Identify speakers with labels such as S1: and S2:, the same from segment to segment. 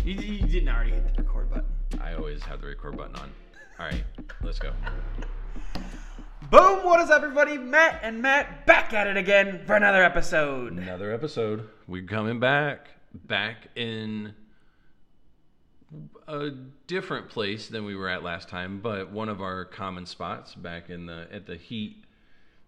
S1: didn't already hit the record button.
S2: I always have the record button on. All right, let's go.
S1: Boom! What is up, everybody? Matt and Matt back at it again for another episode.
S2: Another episode. We're coming back, back in a different place than we were at last time, but one of our common spots back in the at the heat,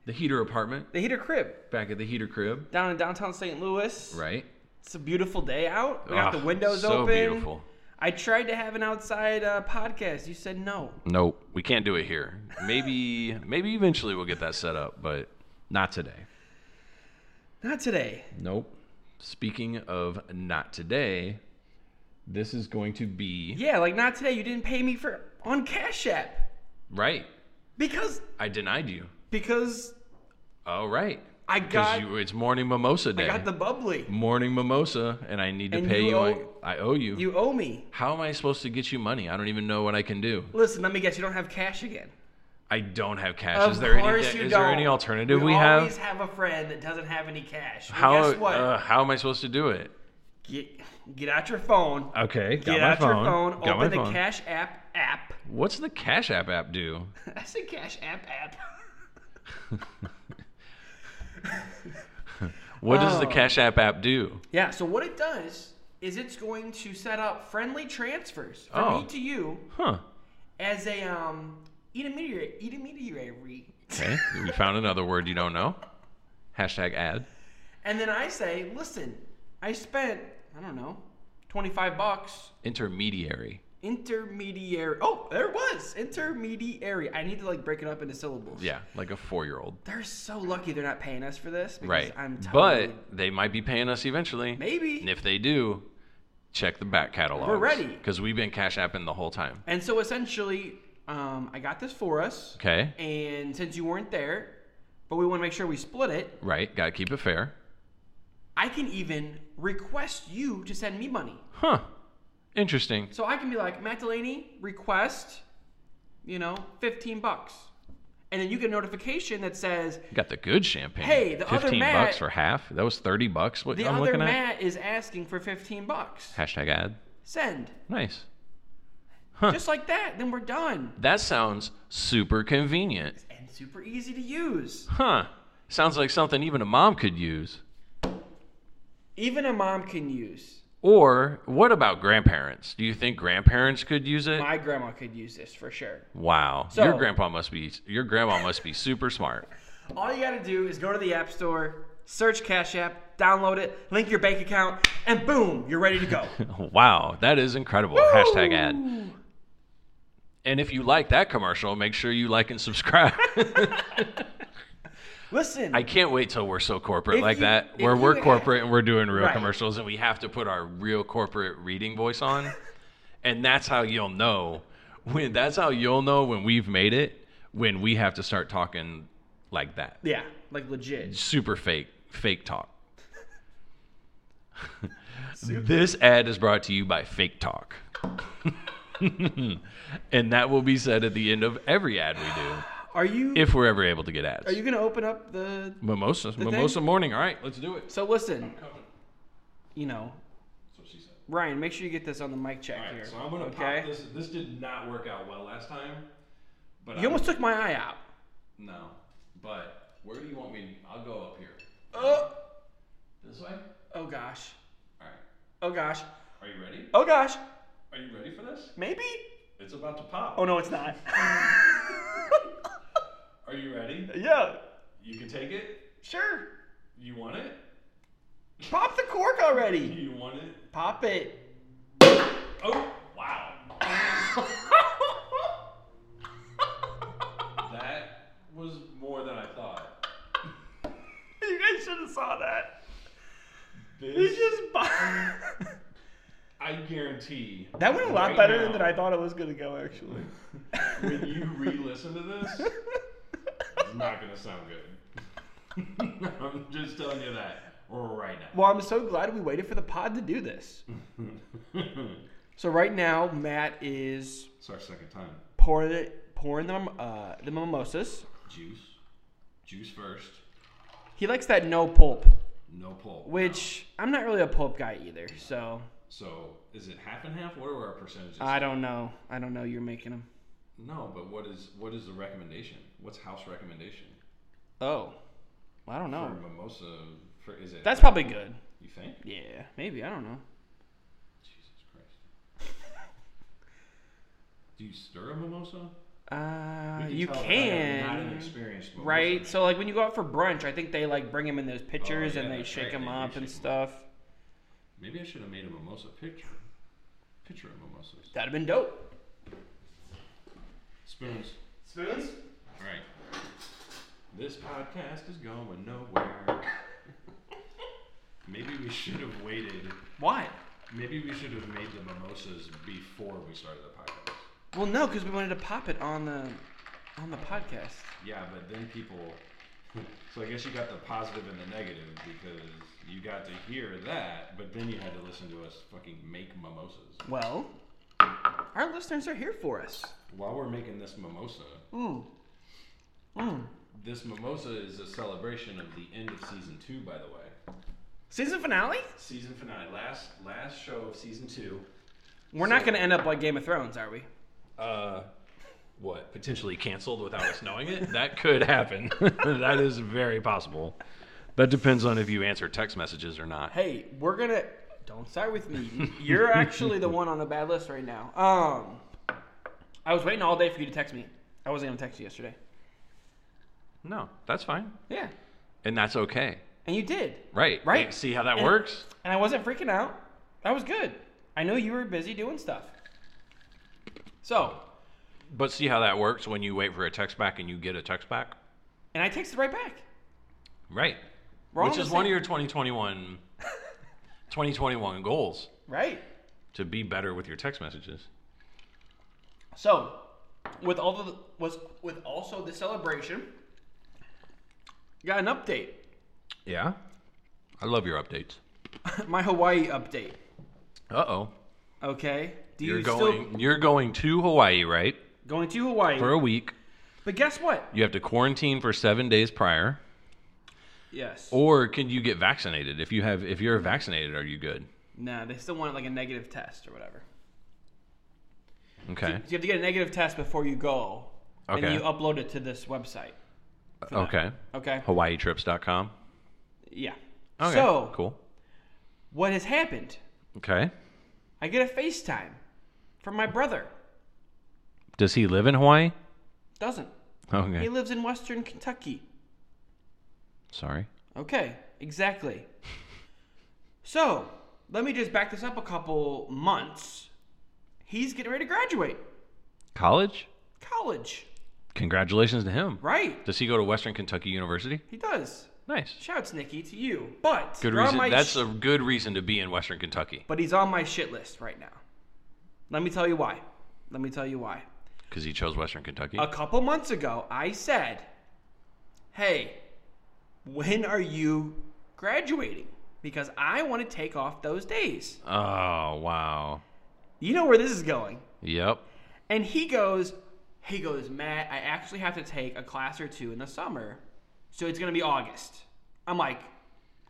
S2: the heater apartment,
S1: The Heater Crib
S2: back at the heater crib,
S1: down in downtown St. Louis.
S2: right?
S1: It's a beautiful day out. We got
S2: Ah,
S1: the windows
S2: so
S1: open.
S2: beautiful.
S1: I tried to have an outside uh, podcast. You said no.
S2: Nope, we can't do it here. Maybe maybe eventually we'll get that set up, but not today.
S1: Not today.
S2: Nope. Speaking of not today, this is going to be
S1: Yeah, like not today. You didn't pay me for on Cash App
S2: right.
S1: because
S2: I denied you.
S1: because
S2: All right.
S1: I
S2: Because
S1: got
S2: it's morning mimosa
S1: I
S2: day.
S1: got the bubbly.
S2: morning mimosa, and I need to
S1: And
S2: pay
S1: you
S2: you.
S1: owe-
S2: I, I owe you.
S1: You owe me.
S2: How am I supposed to get you money? I don't even know what I can do.
S1: Listen, let me guess. You don't have cash again.
S2: I don't have cash.
S1: Of
S2: is there
S1: course
S2: any?
S1: you
S2: is
S1: don't.
S2: there any alternative we,
S1: always
S2: have?
S1: have a friend that doesn't have any cash. Well,
S2: How?
S1: guess what?
S2: uh, how am I supposed to do it?
S1: get get out your phone.
S2: Okay. Got
S1: get
S2: my
S1: out
S2: phone.
S1: your phone.
S2: got my
S1: open
S2: phone.
S1: the Cash App app.
S2: What's the Cash App app do?
S1: I said Cash App app.
S2: What does the
S1: Oh.
S2: Cash App app do?
S1: yeah. So what it does is it's going to set up friendly transfers from
S2: Oh.
S1: me to you
S2: Huh.
S1: as a um intermediary intermediary.
S2: Okay. we found another word you don't know. Hashtag ad.
S1: And then I say, listen, I spent I don't know twenty five bucks.
S2: Intermediary.
S1: Intermediary. Oh, there it was intermediary. I need to like break it up into syllables.
S2: Yeah, like a four-year-old.
S1: They're so lucky they're not paying us for this. Because
S2: Right.
S1: I'm totally,
S2: but they might be paying us eventually.
S1: maybe.
S2: And if they do, check the back catalog.
S1: We're ready.
S2: Because we've been cash apping the whole time.
S1: And so essentially, um, I got this for us.
S2: Okay.
S1: And since you weren't there, but we want to make sure we split it,
S2: Right. Gotta keep it fair.
S1: I can even request you to send me money.
S2: Huh. Interesting.
S1: So I can be like, Matt Delaney, request, you know, 15 bucks. And then you get a notification that says,
S2: Got the good champagne.
S1: Hey, the other
S2: Fifteen
S1: Matt-
S2: bucks for half. That was thirty bucks. What
S1: the
S2: I'm
S1: other
S2: looking
S1: Matt is asking for 15 bucks.
S2: at. Hashtag ad.
S1: Send.
S2: Nice.
S1: Just like that, then we're done.
S2: That sounds super convenient.
S1: And super easy to use.
S2: Huh. Sounds like something even a mom could use.
S1: Even a mom can use.
S2: Or what about grandparents? Do you think grandparents could use it?
S1: My grandma could use this for sure.
S2: Wow.
S1: So-
S2: your grandpa must be your grandma must be super smart.
S1: All you gotta do is go to the App Store, search Cash App, download it, link your bank account, and boom, you're ready to go.
S2: Wow, that is incredible. Hashtag ad. And if you like that commercial, make sure you like and subscribe.
S1: Listen,
S2: I can't wait till we're so corporate
S1: If
S2: like
S1: you-
S2: that,
S1: if
S2: where we're
S1: you-
S2: corporate and we're doing real
S1: Right.
S2: commercials and we have to put our real corporate reading voice on. and that's how you'll know when that's how you'll know when we've made it when we have to start talking like that.
S1: yeah, like legit.
S2: super fake fake talk this ad is brought to you by fake talk and that will be said at the end of every ad we do
S1: Are you
S2: if we're ever able to get ads
S1: are you gonna open up the?
S2: mimosa mimosa morning all right let's do it
S1: So listen, you know,
S2: that's what she said
S1: Ryan, make sure you get this on the mic check
S2: all
S1: here.
S2: right so i'm gonna
S1: okay.
S2: pop this this did not work out well last time but
S1: You almost took my eye out.
S2: no but where do you want me i'll go up here
S1: Oh,
S2: this way all
S1: oh gosh,
S2: right
S1: oh gosh,
S2: are you ready
S1: oh gosh,
S2: are you ready for this
S1: maybe.
S2: it's about to pop
S1: Oh no, it's not.
S2: Are you ready?
S1: yeah,
S2: You can take it.
S1: sure.
S2: You want it?
S1: Pop the cork already.
S2: You want it?
S1: Pop it.
S2: Oh, wow. That was more than I thought.
S1: You guys should have saw that.
S2: This,
S1: that
S2: I guarantee.
S1: went a lot
S2: right
S1: better
S2: now,
S1: than I thought it was gonna go. Actually,
S2: When you re-listen to this, it's not gonna sound good. I'm just telling you that right
S1: well, I'm so glad we waited for the pod to do this.
S2: now.
S1: So right now, Matt is
S2: it's our second time.
S1: pouring it, pouring the mim- uh, the mimosas.
S2: Juice, juice first.
S1: He likes that no pulp,
S2: No pull.
S1: which I'm not really a pulp guy either. So
S2: So is it half and half? What are our percentages?
S1: I don't know. I don't know. You're making them.
S2: no, but what is what is the recommendation? What's house recommendation
S1: Oh, I don't know.
S2: for mimosa? For is it
S1: That's probably good.
S2: you think?
S1: Yeah, maybe. I don't know.
S2: Jesus Christ! Do you stir a mimosa?
S1: Uh,
S2: can
S1: you
S2: tell that I
S1: can.
S2: have Not an experienced mimosa.
S1: Right. So like when you go out for brunch, I think they like bring them in those pitchers
S2: Oh, yeah,
S1: and they
S2: that's
S1: shake
S2: right,
S1: them
S2: they do
S1: up
S2: shake 'em
S1: and
S2: up.
S1: stuff.
S2: Maybe I should have made a mimosa picture. Picture of mimosas.
S1: That'd have been dope.
S2: Spoons.
S1: Spoons?
S2: All right. This podcast is going nowhere. Maybe we should have waited.
S1: Why?
S2: Maybe we should have made the mimosas before we started the podcast.
S1: Well, no, because we wanted to pop it on the on the podcast.
S2: Yeah, but then people. So I guess you got the positive and the negative because you got to hear that, but then you had to listen to us fucking make mimosas.
S1: Well, our listeners are here for us.
S2: While we're making this mimosa,
S1: Mm. Mm.
S2: this mimosa is a celebration of the end of season two, by the way.
S1: Season finale?
S2: Season finale, last last show of season two.
S1: We're not going to end up like Game of Thrones, are we?
S2: uh, what potentially canceled without us knowing it. That could happen. that is very possible. That depends on if you answer text messages or not.
S1: Hey, we're going to don't start with me. You're actually the one on the bad list right now. Um I was waiting all day for you to text me. I wasn't going to text you yesterday.
S2: No, that's fine,
S1: Yeah.
S2: and that's okay.
S1: And you did.
S2: Right,
S1: Right.
S2: Hey, See how that
S1: And-
S2: works.
S1: And I wasn't freaking out. That was good. I know you were busy doing stuff. So,
S2: But see how that works when you wait for a text back and you get a text back.
S1: and I texted right back.
S2: Right.
S1: We're all
S2: Which
S1: on
S2: is
S1: the
S2: one of
S1: same-
S2: your 2021, 2021 goals
S1: Right.
S2: to be better with your text messages.
S1: So, with all the was with also the celebration, got an update.
S2: Yeah. I love your updates.
S1: My Hawaii update.
S2: Uh oh.
S1: Okay. Do
S2: You're
S1: you
S2: going.
S1: still
S2: You're going to Hawaii, right?
S1: going to Hawaii?
S2: for a week.
S1: But guess what?
S2: You have to quarantine for seven days prior,
S1: Yes.
S2: or can you get vaccinated? If you have, if you're vaccinated, are you good?
S1: Nah, they still want like a negative test or whatever.
S2: Okay.
S1: So you have to get a negative test before you go, and
S2: Okay.
S1: you upload it to this website. for that.
S2: Okay.
S1: Okay.
S2: HawaiiTrips.com.
S1: Yeah.
S2: Oh. Okay.
S1: So
S2: cool.
S1: what has happened?
S2: Okay.
S1: I get a FaceTime from my brother.
S2: Does he live in Hawaii?
S1: Doesn't. He
S2: Okay.
S1: lives in Western Kentucky.
S2: Sorry.
S1: Okay, exactly. So, let me just back this up a couple months. He's getting ready to graduate
S2: College.
S1: college,
S2: Congratulations to him.
S1: right?
S2: Does he go to Western Kentucky University?
S1: He does.
S2: Nice.
S1: Shouts, Nikki, to you. But
S2: Good
S1: you're on
S2: reason.
S1: my
S2: That's
S1: sh-
S2: a good reason to be in Western Kentucky
S1: but he's on my shit list right now. Let me tell you why. Let me tell you why.
S2: because he chose Western Kentucky.
S1: A couple months ago, I said, Hey, when are you graduating? Because I want to take off those days.
S2: oh wow.
S1: You know where this is going.
S2: Yep.
S1: And he goes, He goes, Matt, I actually have to take a class or two in the summer. So it's going to be August. I'm like,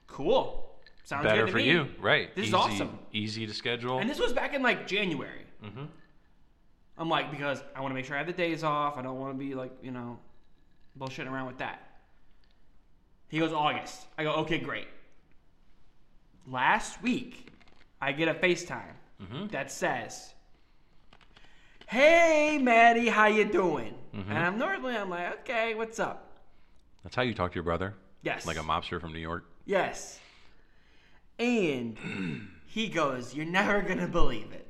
S1: Cool. Sounds
S2: Better
S1: good to
S2: for
S1: me.
S2: you, right?
S1: This is
S2: Easy-
S1: awesome.
S2: Easy to schedule.
S1: And this was back in like January.
S2: Mm-hmm.
S1: I'm like, because I want to make sure I have the days off. I don't want to be like, you know, bullshitting around with that. He goes, August. I go, okay, great. Last week, I get a FaceTime
S2: Mm-hmm.
S1: that says, Hey, Maddie, how you doing?
S2: Mm-hmm.
S1: And I'm normally, I'm like, okay, what's up?
S2: That's how you talk to your brother.
S1: Yes.
S2: Like a mobster from New York.
S1: Yes. And he goes, You're never going to believe it.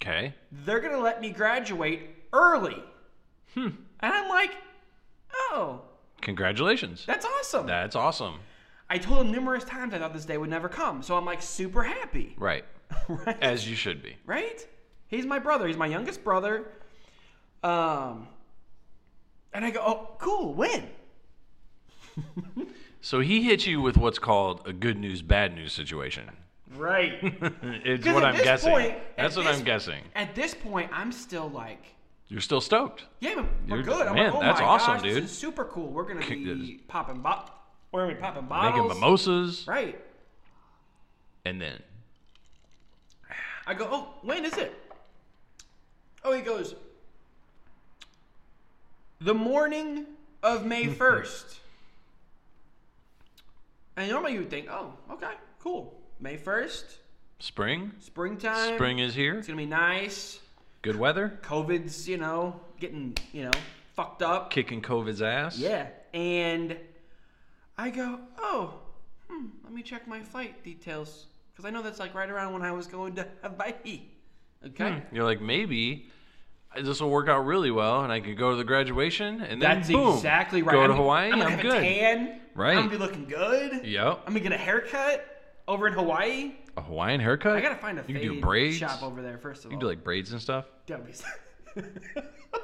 S2: Okay.
S1: they're gonna let me graduate early.
S2: Hmm.
S1: And I'm like, oh,
S2: Congratulations.
S1: that's awesome.
S2: That's awesome.
S1: I told him numerous times I thought this day would never come, so I'm like super happy,
S2: Right.
S1: right?
S2: As you should be.
S1: right? He's my brother. He's my youngest brother. Um, and I go, oh, cool, when?
S2: So he hit you with what's called a good news, bad news situation.
S1: Right.
S2: it's
S1: 'Cause
S2: what
S1: at
S2: I'm
S1: this
S2: guessing.
S1: point-
S2: That's
S1: at
S2: what
S1: this-
S2: I'm guessing.
S1: At this point, I'm still like,
S2: You're still stoked.
S1: yeah, but we're
S2: You're-
S1: good. I'm
S2: man,
S1: like, oh
S2: that's
S1: my
S2: awesome,
S1: gosh,
S2: dude.
S1: This is super cool. We're gonna
S2: Kick
S1: be popping bo- We're gonna be popping
S2: Making
S1: bottles.
S2: mimosas.
S1: Right.
S2: And then
S1: I go, oh, when is it? Oh, he goes, the morning of May 1st. and normally you would think, oh, okay, cool. May 1st,
S2: Spring?
S1: springtime.
S2: Spring is here.
S1: It's going to be nice.
S2: Good weather.
S1: COVID's, you know, getting, you know, fucked up.
S2: Kicking COVID's ass.
S1: Yeah. And I go, oh, hmm, let me check my flight details. Because I know that's like right around when I was going to Hawaii. Okay.
S2: You're like, maybe this will work out really well and I could go to the graduation and then
S1: That's
S2: boom,
S1: exactly right.
S2: Go
S1: I'm-
S2: to Hawaii,
S1: I'm,
S2: I'm,
S1: gonna have
S2: good.
S1: A tan.
S2: Right.
S1: I'm gonna be looking good.
S2: Yep.
S1: I'm gonna get a haircut over in Hawaii.
S2: A Hawaiian haircut?
S1: I gotta find a
S2: You can do
S1: fade
S2: braids.
S1: shop over there first of
S2: You
S1: all.
S2: do like braids and stuff.
S1: That would be-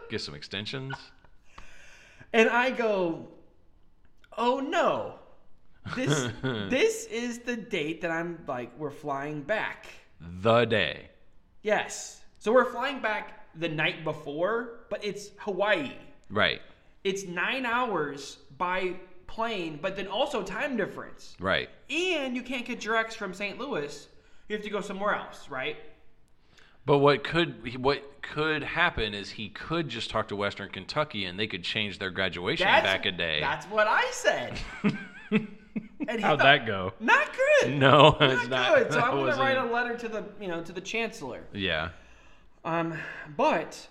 S2: Get some extensions.
S1: and I go, oh no, this this is the date that I'm like we're flying back.
S2: The day.
S1: Yes, so we're flying back the night before, but it's Hawaii.
S2: Right.
S1: It's nine hours by plane, but then also time difference.
S2: Right.
S1: And you can't get directs from St. Louis. You have to go somewhere else, right?
S2: But what could what could happen is he could just talk to Western Kentucky and they could change their graduation back a day.
S1: That's what I said. And he
S2: How'd
S1: thought,
S2: that go?
S1: Not good.
S2: No, it's
S1: not,
S2: not.
S1: good. So
S2: that
S1: I'm gonna
S2: wasn't-
S1: write a letter to the you know to the chancellor.
S2: Yeah.
S1: Um, but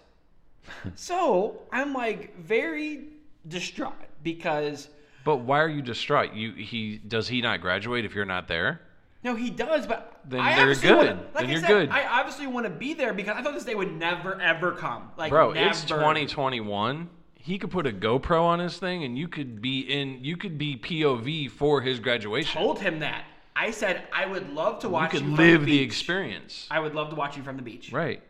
S1: so I'm like very distraught because
S2: But why are you distraught? You he does he not graduate if you're not there?
S1: no, he does, but
S2: Then
S1: I
S2: they're
S1: obviously
S2: good.
S1: Wanna, like
S2: Then
S1: I
S2: you're
S1: said,
S2: good.
S1: I obviously want to be there because I thought this day would never ever come. Like,
S2: Bro, it's
S1: never.
S2: 2021. He could put a GoPro on his thing and you could be in you could be POV for his graduation.
S1: Told him that. I said I would love to
S2: You
S1: watch you,
S2: could
S1: from the
S2: live the
S1: beach.
S2: experience.
S1: I would love to watch you from the beach.
S2: Right.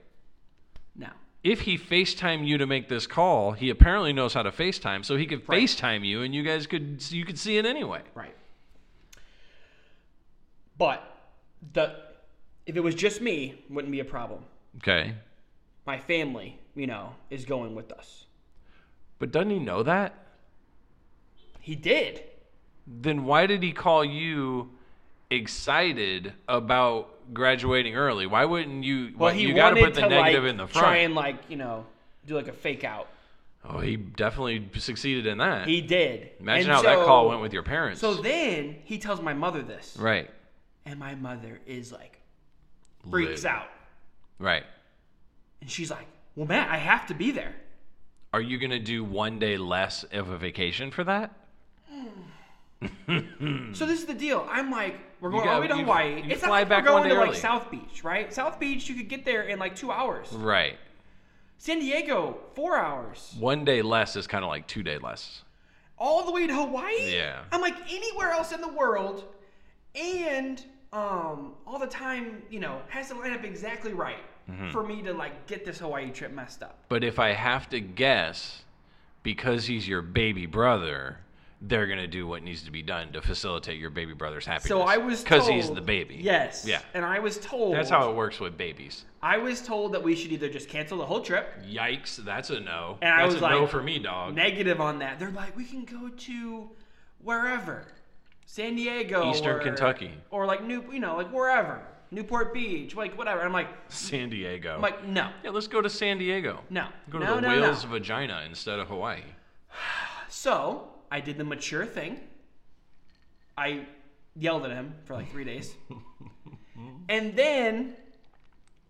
S1: Now,
S2: If he FaceTime you to make this call, he apparently knows how to FaceTime, so he could
S1: Right.
S2: FaceTime you and you guys could you could see it anyway.
S1: Right. But the if it was just me, wouldn't be a problem.
S2: Okay.
S1: My family, you know, is going with us.
S2: But doesn't he know that?
S1: He did.
S2: Then why did he call you excited about graduating early? Why wouldn't you
S1: But
S2: why-
S1: he
S2: you
S1: wanted
S2: gotta put the
S1: to
S2: negative
S1: like,
S2: in the front.
S1: try and like, you know, do like a fake out.
S2: Oh, he definitely succeeded in that.
S1: He did.
S2: Imagine
S1: And
S2: how that
S1: so-
S2: call went with your parents.
S1: So then he tells my mother this.
S2: right.
S1: And my mother is like freaks
S2: Lit.
S1: out.
S2: Right.
S1: And she's like, Well Matt, I have to be there.
S2: Are you going to do one day less of a vacation for that?
S1: So this is the deal. I'm like, we're going
S2: got-
S1: all the way to
S2: you-
S1: Hawaii.
S2: you
S1: it's not
S2: fly
S1: like
S2: back
S1: we're
S2: one
S1: going
S2: day
S1: to like
S2: early.
S1: South Beach, right? South Beach, you could get there in like two hours.
S2: Right.
S1: San Diego, four hours.
S2: One day less is kind of like two day less.
S1: All the way to Hawaii.
S2: Yeah.
S1: I'm like anywhere else in the world, and um, all the time, you know, has to line up exactly right
S2: Mm-hmm.
S1: for me to like get this Hawaii trip messed up.
S2: But if I have to guess, because he's your baby brother, they're going to do what needs to be done to facilitate your baby brother's happiness.
S1: So I was
S2: Because he's
S1: told-
S2: the baby.
S1: Yes.
S2: Yeah.
S1: And I was told
S2: That's how it works with babies.
S1: I was told that we should either just cancel the whole trip
S2: Yikes, that's a no.
S1: And I
S2: that's
S1: was
S2: a no
S1: like,
S2: for me, dog.
S1: negative on that. They're like, we can go to wherever, San Diego,
S2: Eastern
S1: or-
S2: Kentucky.
S1: or like New, you know, like wherever, Newport Beach, like whatever. I'm like,
S2: San Diego.
S1: I'm like, no,
S2: yeah, let's go to San Diego.
S1: no,
S2: Go to
S1: no,
S2: the
S1: no, no.
S2: whale's vagina instead of Hawaii.
S1: So I did the mature thing. I yelled at him for like three days, and then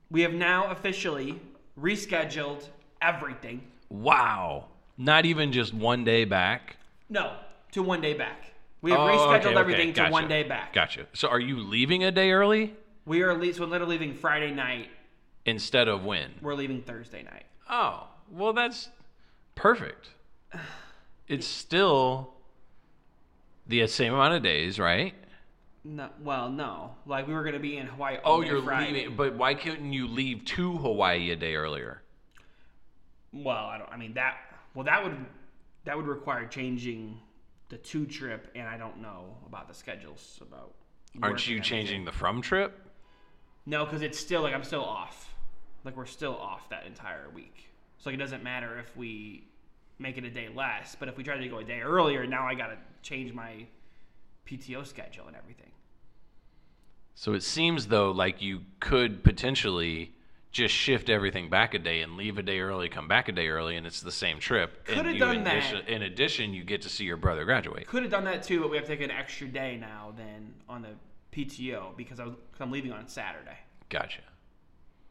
S1: we have now officially rescheduled everything.
S2: Wow. Not even just one day back.
S1: No, to one day back. We have
S2: Oh,
S1: rescheduled
S2: okay, okay,
S1: everything to
S2: gotcha,
S1: one day back.
S2: Gotcha. So are you leaving a day early
S1: We are le- so instead of leaving Friday night,
S2: instead of when?
S1: we're leaving Thursday night.
S2: Oh, well, that's perfect. It's still the same amount of days, right?
S1: No, well, no, like we were gonna be in Hawaii. all
S2: Oh,
S1: day
S2: you're
S1: Friday.
S2: leaving, but why couldn't you leave to Hawaii a day earlier?
S1: Well, I don't. I mean that. Well, that would that would require changing the two trip, and I don't know about the schedules. About
S2: Aren't
S1: work
S2: you
S1: and
S2: changing the from trip?
S1: everything. No, because it's still like I'm still off. Like we're still off that entire week. So like, it doesn't matter if we make it a day less. But if we try to go a day earlier, now I gotta change my PTO schedule and everything.
S2: So it seems though like you could potentially just shift everything back a day and leave a day early, come back a day early, and it's the same trip.
S1: Coulda
S2: and you
S1: done
S2: in
S1: that.
S2: addition- in addition, you get to see your brother graduate.
S1: Could have done that too, but we have to take an extra day now than on the PTO because I was, cause I'm leaving on Saturday.
S2: Gotcha.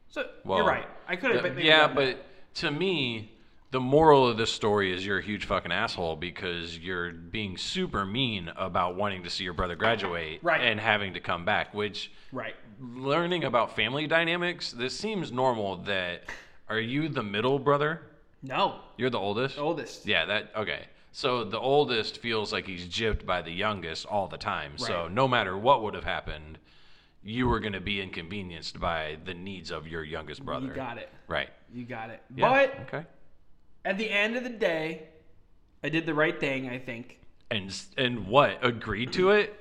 S1: So
S2: Well,
S1: you're right. I could have.
S2: Th-
S1: maybe
S2: yeah,
S1: done that.
S2: but to me, the moral of this story is you're a huge fucking asshole because you're being super mean about wanting to see your brother graduate
S1: Right.
S2: and having to come back, which
S1: right.
S2: learning about family dynamics, this seems normal that are you the middle brother?
S1: No,
S2: You're the oldest?
S1: oldest.
S2: Yeah, that okay. So the oldest feels like he's gypped by the youngest all the time. So
S1: Right.
S2: no matter what would have happened, you were going to be inconvenienced by the needs of your youngest brother.
S1: You got it.
S2: Right.
S1: You got it.
S2: Yeah.
S1: But
S2: okay.
S1: at the end of the day, I did the right thing. I think.
S2: And s- and what? Agreed to it?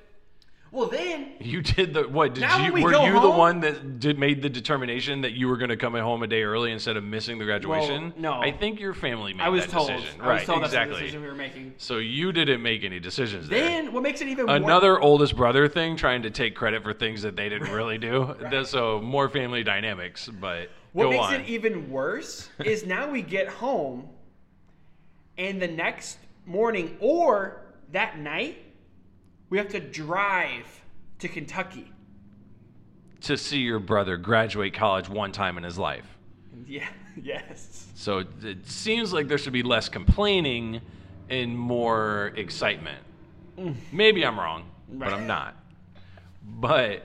S1: Well, then
S2: You did the what? Did
S1: Now when
S2: you
S1: we
S2: were
S1: go
S2: you the
S1: home-
S2: one that did made the determination that you were going to come home a day early instead of missing the graduation?
S1: no.
S2: I think your family made
S1: I was
S2: that
S1: told.
S2: decision.
S1: I
S2: right.
S1: was told that's
S2: exactly.
S1: the decision we were making.
S2: So you didn't make any decisions there.
S1: Then what makes it even Wor-
S2: another oldest brother thing trying to take credit for things that they didn't really do Th- so more family dynamics but
S1: what
S2: go
S1: makes
S2: on
S1: it e even worse is now we get home, and the next morning or that night, we have to drive to Kentucky.
S2: to see your brother graduate college one time in his life
S1: Yeah. Yes.
S2: so it- it seems like there should be less complaining and more excitement maybe i'm wrong but i'm
S1: Mm. Right.
S2: not but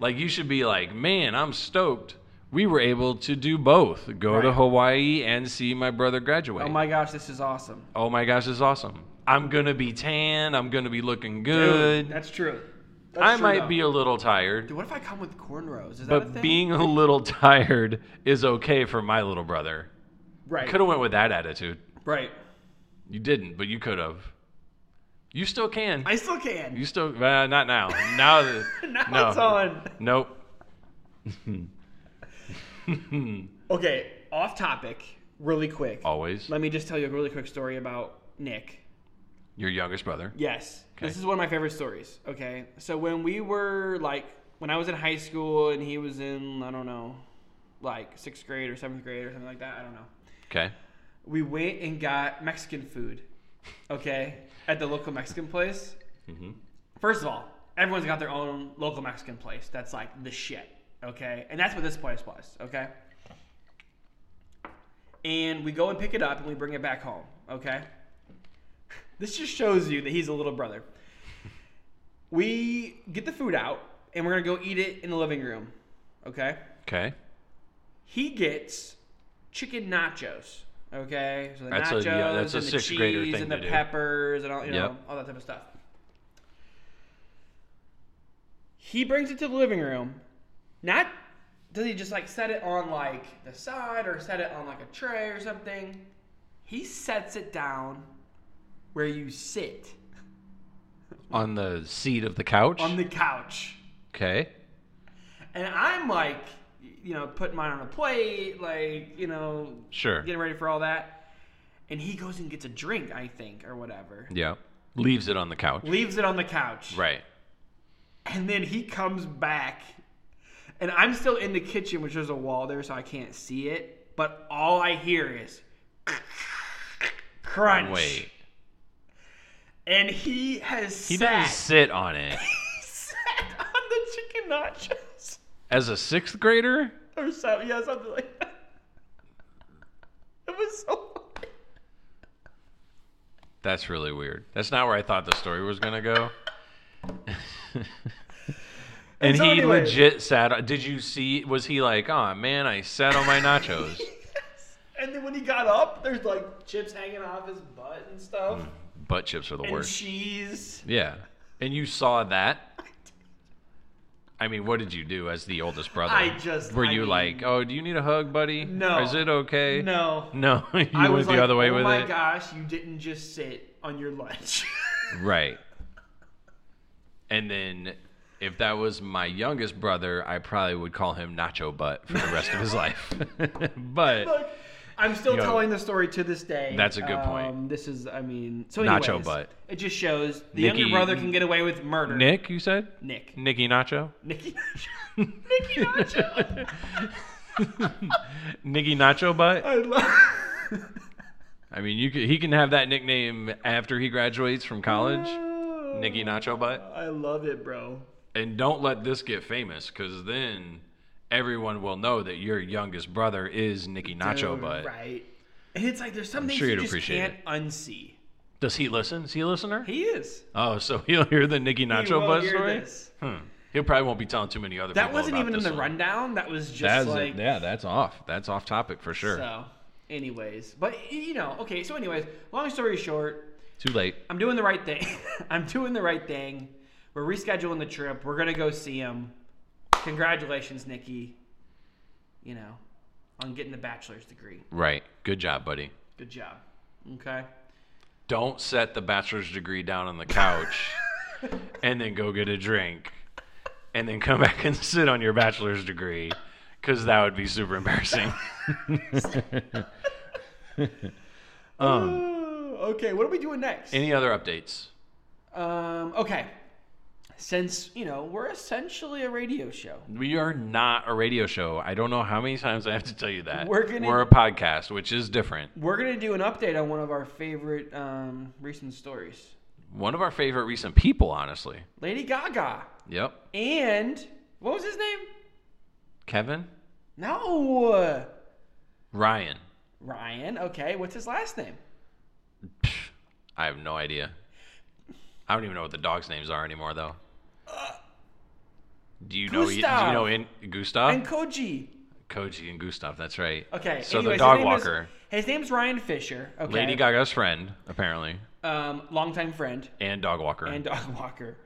S2: like you should be like man i'm stoked we were able to do both go to
S1: Right.
S2: hawaii and see my brother graduate
S1: Oh my gosh, this is awesome.
S2: oh my gosh, this is awesome. I'm gonna be tan. I'm gonna be looking
S1: Dude,
S2: good.
S1: that's true. That's
S2: I
S1: true,
S2: might
S1: though.
S2: be a little tired,
S1: Dude, what if I come with cornrows? Is that a
S2: but
S1: thing?
S2: being a little tired is okay for my little brother.
S1: right,
S2: Could have went with that attitude.
S1: right.
S2: You didn't, but you could have. You still can.
S1: I still can.
S2: You still uh, not now. Now, the-
S1: now
S2: no.
S1: it's on.
S2: Nope.
S1: Okay, off topic, really quick.
S2: Always
S1: Let me just tell you a really quick story about Nick.
S2: your youngest brother.
S1: Yes, this is one of my favorite stories. Okay, so when we were like, when I was in high school and he was in, I don't know, like sixth grade or seventh grade or something like that. I don't know.
S2: Okay.
S1: we went and got Mexican food, okay, at the local Mexican place. First of all, everyone's got their own local Mexican place that's like the shit, okay? And that's what this place was, okay? And we go and pick it up and we bring it back home, okay? This just shows you that he's a little brother. We get the food out and we're gonna go eat it in the living room, okay?
S2: Okay.
S1: he gets chicken nachos. Okay, so the
S2: That's a-
S1: nachos
S2: yeah, that's a
S1: and the
S2: sixth
S1: cheese
S2: grader thing
S1: and
S2: to
S1: the
S2: do.
S1: peppers and all you know
S2: Yep.
S1: all that type of stuff. He brings it to the living room. Not does he just like set it on like the side or set it on like a tray or something. He sets it down where you sit
S2: On the seat of the couch.
S1: on the couch.
S2: okay.
S1: And I'm like, you know, putting mine on a plate, like, you know,
S2: Sure.
S1: getting ready for all that. And he goes and gets a drink, I think, or whatever.
S2: Yeah. Leaves it on the couch.
S1: Leaves it on the couch.
S2: Right.
S1: And then he comes back. And I'm still in the kitchen, which there's a wall there, so I can't see it. But all I hear is crunch.
S2: Wait.
S1: And he has
S2: He
S1: sat,
S2: didn't sit on it.
S1: sat on the chicken nachos.
S2: As a sixth grader?
S1: Or something. Yeah, something like that. It was so funny.
S2: That's really weird. That's not where I thought the story was going to go. and
S1: so
S2: he
S1: anyway-
S2: legit sat on. Did you see? Was he like, oh man, I sat on my nachos?
S1: And then when he got up, there's like chips hanging off his butt and stuff,
S2: Mm. Butt chips are the
S1: and
S2: worst.
S1: cheese.
S2: yeah. And you saw that? I mean, what did you do as the oldest brother?
S1: I just-
S2: Were
S1: I
S2: you
S1: mean-
S2: like, oh, do you need a hug, buddy?
S1: No.
S2: Is it okay?
S1: No,
S2: No, Eh, you
S1: I
S2: went
S1: was
S2: the
S1: like,
S2: other way
S1: oh
S2: with
S1: my
S2: it?
S1: gosh, you didn't just sit on your lunch.
S2: Right. And then if that was my youngest brother, I probably would call him Nacho Butt for the rest of his life. but
S1: like, I'm still
S2: You know,
S1: telling the story to this day.
S2: that's a good point.
S1: Um, This is, I mean, so anyways,
S2: Nacho butt.
S1: It just shows the
S2: Nikki-
S1: younger brother can get away with murder.
S2: Nick, you said?
S1: Nick.
S2: Nicky Nacho?
S1: Nicky Nacho. Nicky Nacho.
S2: Nicky Nacho Butt?
S1: I love.
S2: I mean, you could, he can have that nickname after he graduates from college. Nicky Nacho Butt.
S1: I love it, bro.
S2: And don't let this get famous because then everyone will know that your youngest brother is Nicky Nacho
S1: Dude,
S2: Butt.
S1: Mm, Right. And it's like there's some things
S2: sure
S1: you
S2: you'd
S1: just
S2: appreciate
S1: can't
S2: it.
S1: unsee.
S2: Does he listen? Is he a listener?
S1: He is.
S2: Oh, so he'll hear the Nicky
S1: He
S2: Nacho
S1: will
S2: Butt
S1: hear
S2: story?
S1: this.
S2: Hmm. He probably won't be telling too many other
S1: That
S2: people.
S1: wasn't
S2: about
S1: even in
S2: this
S1: the
S2: one.
S1: rundown. That was just
S2: That's
S1: like
S2: yeah, that's off. That's off topic for sure.
S1: So, anyways, but y- you know, okay. So, anyways, long story short,
S2: Too late.
S1: I'm doing the right thing. I'm doing the right thing. We're rescheduling the trip. We're gonna go see him. Congratulations, Nikki. You know, on getting the bachelor's degree.
S2: Right. Good job, buddy.
S1: Good job. Okay.
S2: Don't set the bachelor's degree down on the couch and then go get a drink and then come back and sit on your bachelor's degree because that would be super embarrassing. um,
S1: okay. What are we doing next?
S2: any other updates?
S1: um. Okay. Since you know we're essentially a radio show.
S2: We are not a radio show. I don't know how many times I have to tell you that.
S1: We're gonna-
S2: We're a podcast, which is different.
S1: We're gonna do an update on one of our favorite um, recent stories,
S2: One of our favorite recent people, honestly.
S1: Lady Gaga,
S2: Yep.
S1: and what was his name?
S2: Kevin?
S1: No,
S2: Ryan.
S1: Ryan. Okay, what's his last name?
S2: Psh, I have no idea. I don't even know what the dogs' names are anymore, though. Do you know? Do you
S1: Gustav.
S2: know in Gustav,
S1: And Koji.
S2: Koji, and Gustav? That's right.
S1: Okay.
S2: So
S1: anyways,
S2: the
S1: his
S2: dog
S1: name is-
S2: walker,
S1: his name's Ryan Fisher. Okay.
S2: Lady Gaga's friend, apparently,
S1: Um, longtime friend
S2: and dog walker.
S1: and dog walker,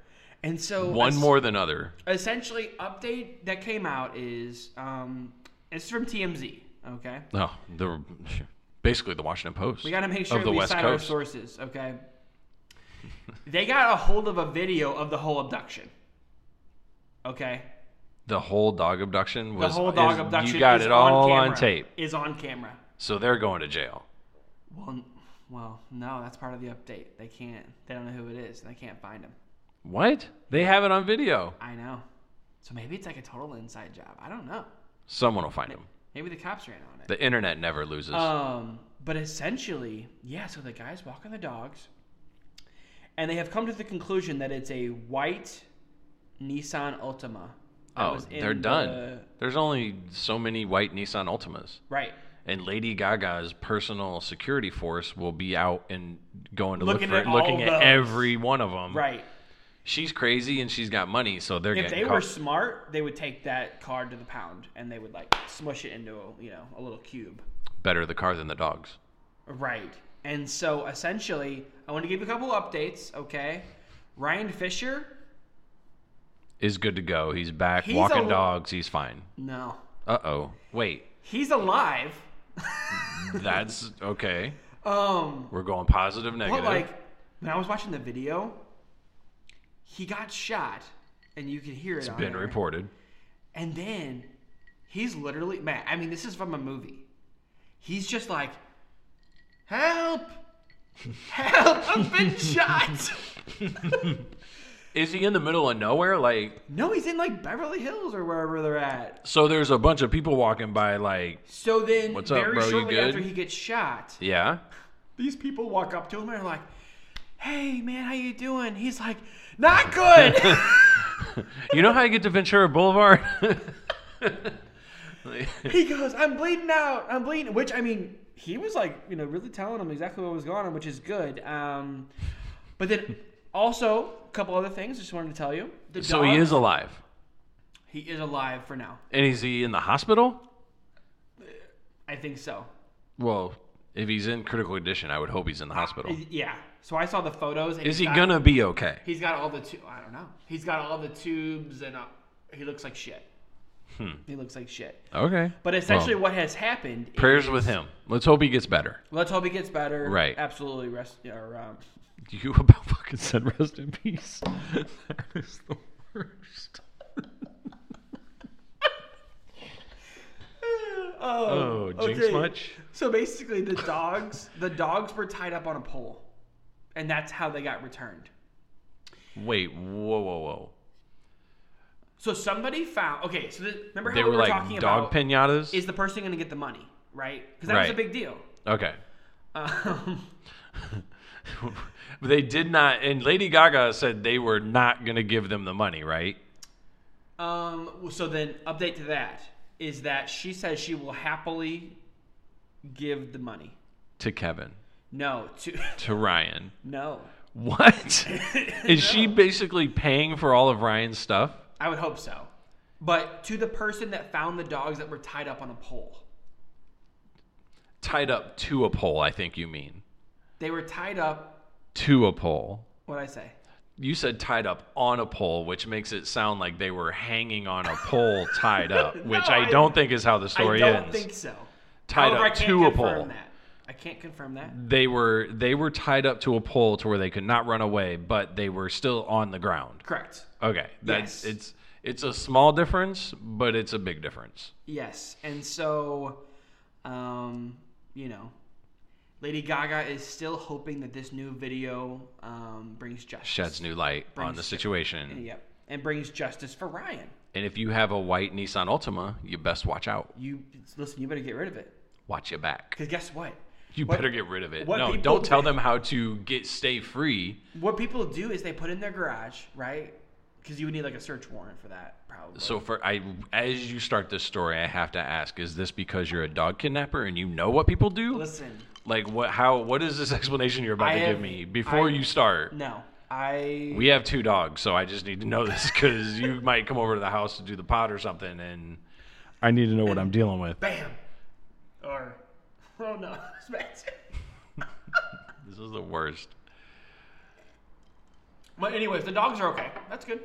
S1: and so
S2: One
S1: es-
S2: more than other.
S1: essentially update that came out is um, it's from TMZ. Okay.
S2: No, the basically the Washington Post.
S1: We got to make sure
S2: of the
S1: we
S2: West
S1: cite our
S2: Coast.
S1: sources, okay? they got a hold of a video of the whole abduction. Okay,
S2: The whole dog abduction
S1: the
S2: was.
S1: whole dog
S2: is-
S1: abduction.
S2: You got
S1: is
S2: it all
S1: on,
S2: on,
S1: camera,
S2: tape,
S1: Is on camera.
S2: so they're going to jail.
S1: Well, n- well, no, that's part of the update. They can't. They don't know who it is, and they can't find him.
S2: What? They have it on video.
S1: I know. So maybe it's like a total inside job. I don't know.
S2: Someone will find them.
S1: Maybe the cops ran on it.
S2: The internet never loses.
S1: Um, but essentially, yeah. So the guys walking the dogs, and they have come to the conclusion that it's a white Nissan Ultima. that
S2: Oh,
S1: was in
S2: they're done.
S1: the-
S2: There's only so many white Nissan Ultimas.
S1: right.
S2: And Lady Gaga's personal security force will be out and going to
S1: Looking
S2: look
S1: at
S2: for
S1: all
S2: looking at
S1: those.
S2: every one of them.
S1: Right.
S2: She's crazy and she's got money, so they're
S1: If
S2: getting
S1: they
S2: caught.
S1: were smart, they would take that card to the pound and they would like smush it into a, you know a little cube.
S2: better the car than the dogs.
S1: Right. And so essentially, I want to give you a couple updates. Okay. Ryan Fisher.
S2: Is good to go. He's back
S1: He's
S2: walking
S1: a-
S2: dogs. He's fine.
S1: No,
S2: Uh oh. Wait.
S1: he's alive.
S2: That's okay.
S1: Um.
S2: We're going positive,
S1: But
S2: negative.
S1: like when I was watching the video, he got shot, and you could hear it.
S2: it's
S1: on
S2: been
S1: there.
S2: reported.
S1: And then he's literally man. I mean, this is from a movie. He's just like, help, help! I've been shot.
S2: Is he in the middle of nowhere? Like
S1: No, he's in like Beverly Hills or wherever they're at.
S2: so there's a bunch of people walking by like
S1: So then,
S2: What's up,
S1: very
S2: bro? You
S1: shortly
S2: good?
S1: after he gets shot,
S2: Yeah.
S1: these people walk up to him and are like, "Hey, man, how you doing?" He's like, "Not good."
S2: You know how you get to Ventura Boulevard?
S1: he goes, I'm bleeding out. I'm bleeding. Which, I mean, he was like, you know, really telling him exactly what was going on, which is good. Um, but then also, a couple other things just wanted to tell you. The
S2: so he
S1: dog-
S2: is alive.
S1: He is alive for now.
S2: And is he in the hospital?
S1: I think so.
S2: Well, if he's in critical condition, I would hope he's in the hospital.
S1: Yeah. So I saw the photos. And
S2: Oh. Is he
S1: he's got-
S2: gonna be okay?
S1: He's got all the. Tu- I don't know. He's got all the tubes and uh, he looks like shit.
S2: Hmm.
S1: He looks like shit.
S2: Okay.
S1: But essentially, what has happened?
S2: Prayers
S1: is-
S2: with him. Let's hope he gets better.
S1: Let's hope he gets better.
S2: Right.
S1: Absolutely. Rest. Or, um,
S2: You about fucking said rest in peace. that is the worst. Oh, jinx
S1: okay.
S2: much?
S1: So basically, the dogs the dogs were tied up on a pole, and that's how they got returned.
S2: Wait, whoa, whoa, whoa.
S1: So somebody found. Okay, so the, remember how
S2: They
S1: we
S2: were
S1: were
S2: like
S1: talking
S2: dog
S1: about
S2: pinatas?
S1: is the person going to get the money, right? Because that was a
S2: Right.
S1: big deal.
S2: okay.
S1: Um,
S2: they did not, and Lady Gaga said they were not going to give them the money, right?
S1: um, well, so then, update to that is that she says she will happily give the money.
S2: To Kevin,
S1: No, to
S2: to Ryan.
S1: no.
S2: What? Is she basically paying for all of Ryan's stuff?
S1: I would hope so, but to the person that found the dogs that were tied up on a pole.
S2: Tied up to a pole, I think you mean.
S1: They were tied up.
S2: To a pole.
S1: What would I say?
S2: You said tied up on a pole, which makes it sound like they were hanging on a pole tied up, which
S1: No,
S2: I
S1: I-
S2: don't think is how the story
S1: I don't
S2: ends.
S1: think so.
S2: Tied
S1: However, I
S2: up
S1: can't
S2: to a
S1: confirm
S2: pole.
S1: That. I can't confirm that.
S2: They were they were tied up to a pole to where they could not run away, but they were still on the ground.
S1: Correct.
S2: Okay, that's
S1: Yes.
S2: it's it's a small difference, but it's a big difference.
S1: Yes, and so, um, you know, Lady Gaga is still hoping that this new video um, brings justice.
S2: Sheds new light on
S1: Brings
S2: the
S1: it-
S2: situation.
S1: Yep, and brings justice for Ryan.
S2: And if you have a white Nissan Altima, you best watch out.
S1: You listen. You better get rid of it,
S2: Watch your back.
S1: because guess what?
S2: You
S1: What-
S2: better get rid of it.
S1: what
S2: No,
S1: people
S2: don't tell
S1: did-
S2: them how to get stay free.
S1: What people do is they put in their garage, right? Because you would need like a search warrant for that, probably.
S2: So for I as you start this story, I have to ask, is this because you're a dog kidnapper and you know what people do?
S1: listen,
S2: Like what how what is this explanation you're about
S1: I
S2: to give
S1: have-
S2: me before
S1: I-
S2: you start?
S1: no, I.
S2: We have two dogs, so I just need to know this cuz you might come over to the house to do the pot or something and I need to know what I'm dealing with.
S1: bam, or oh no, smash it.
S2: This is the worst.
S1: But anyways, the dogs are okay. That's good.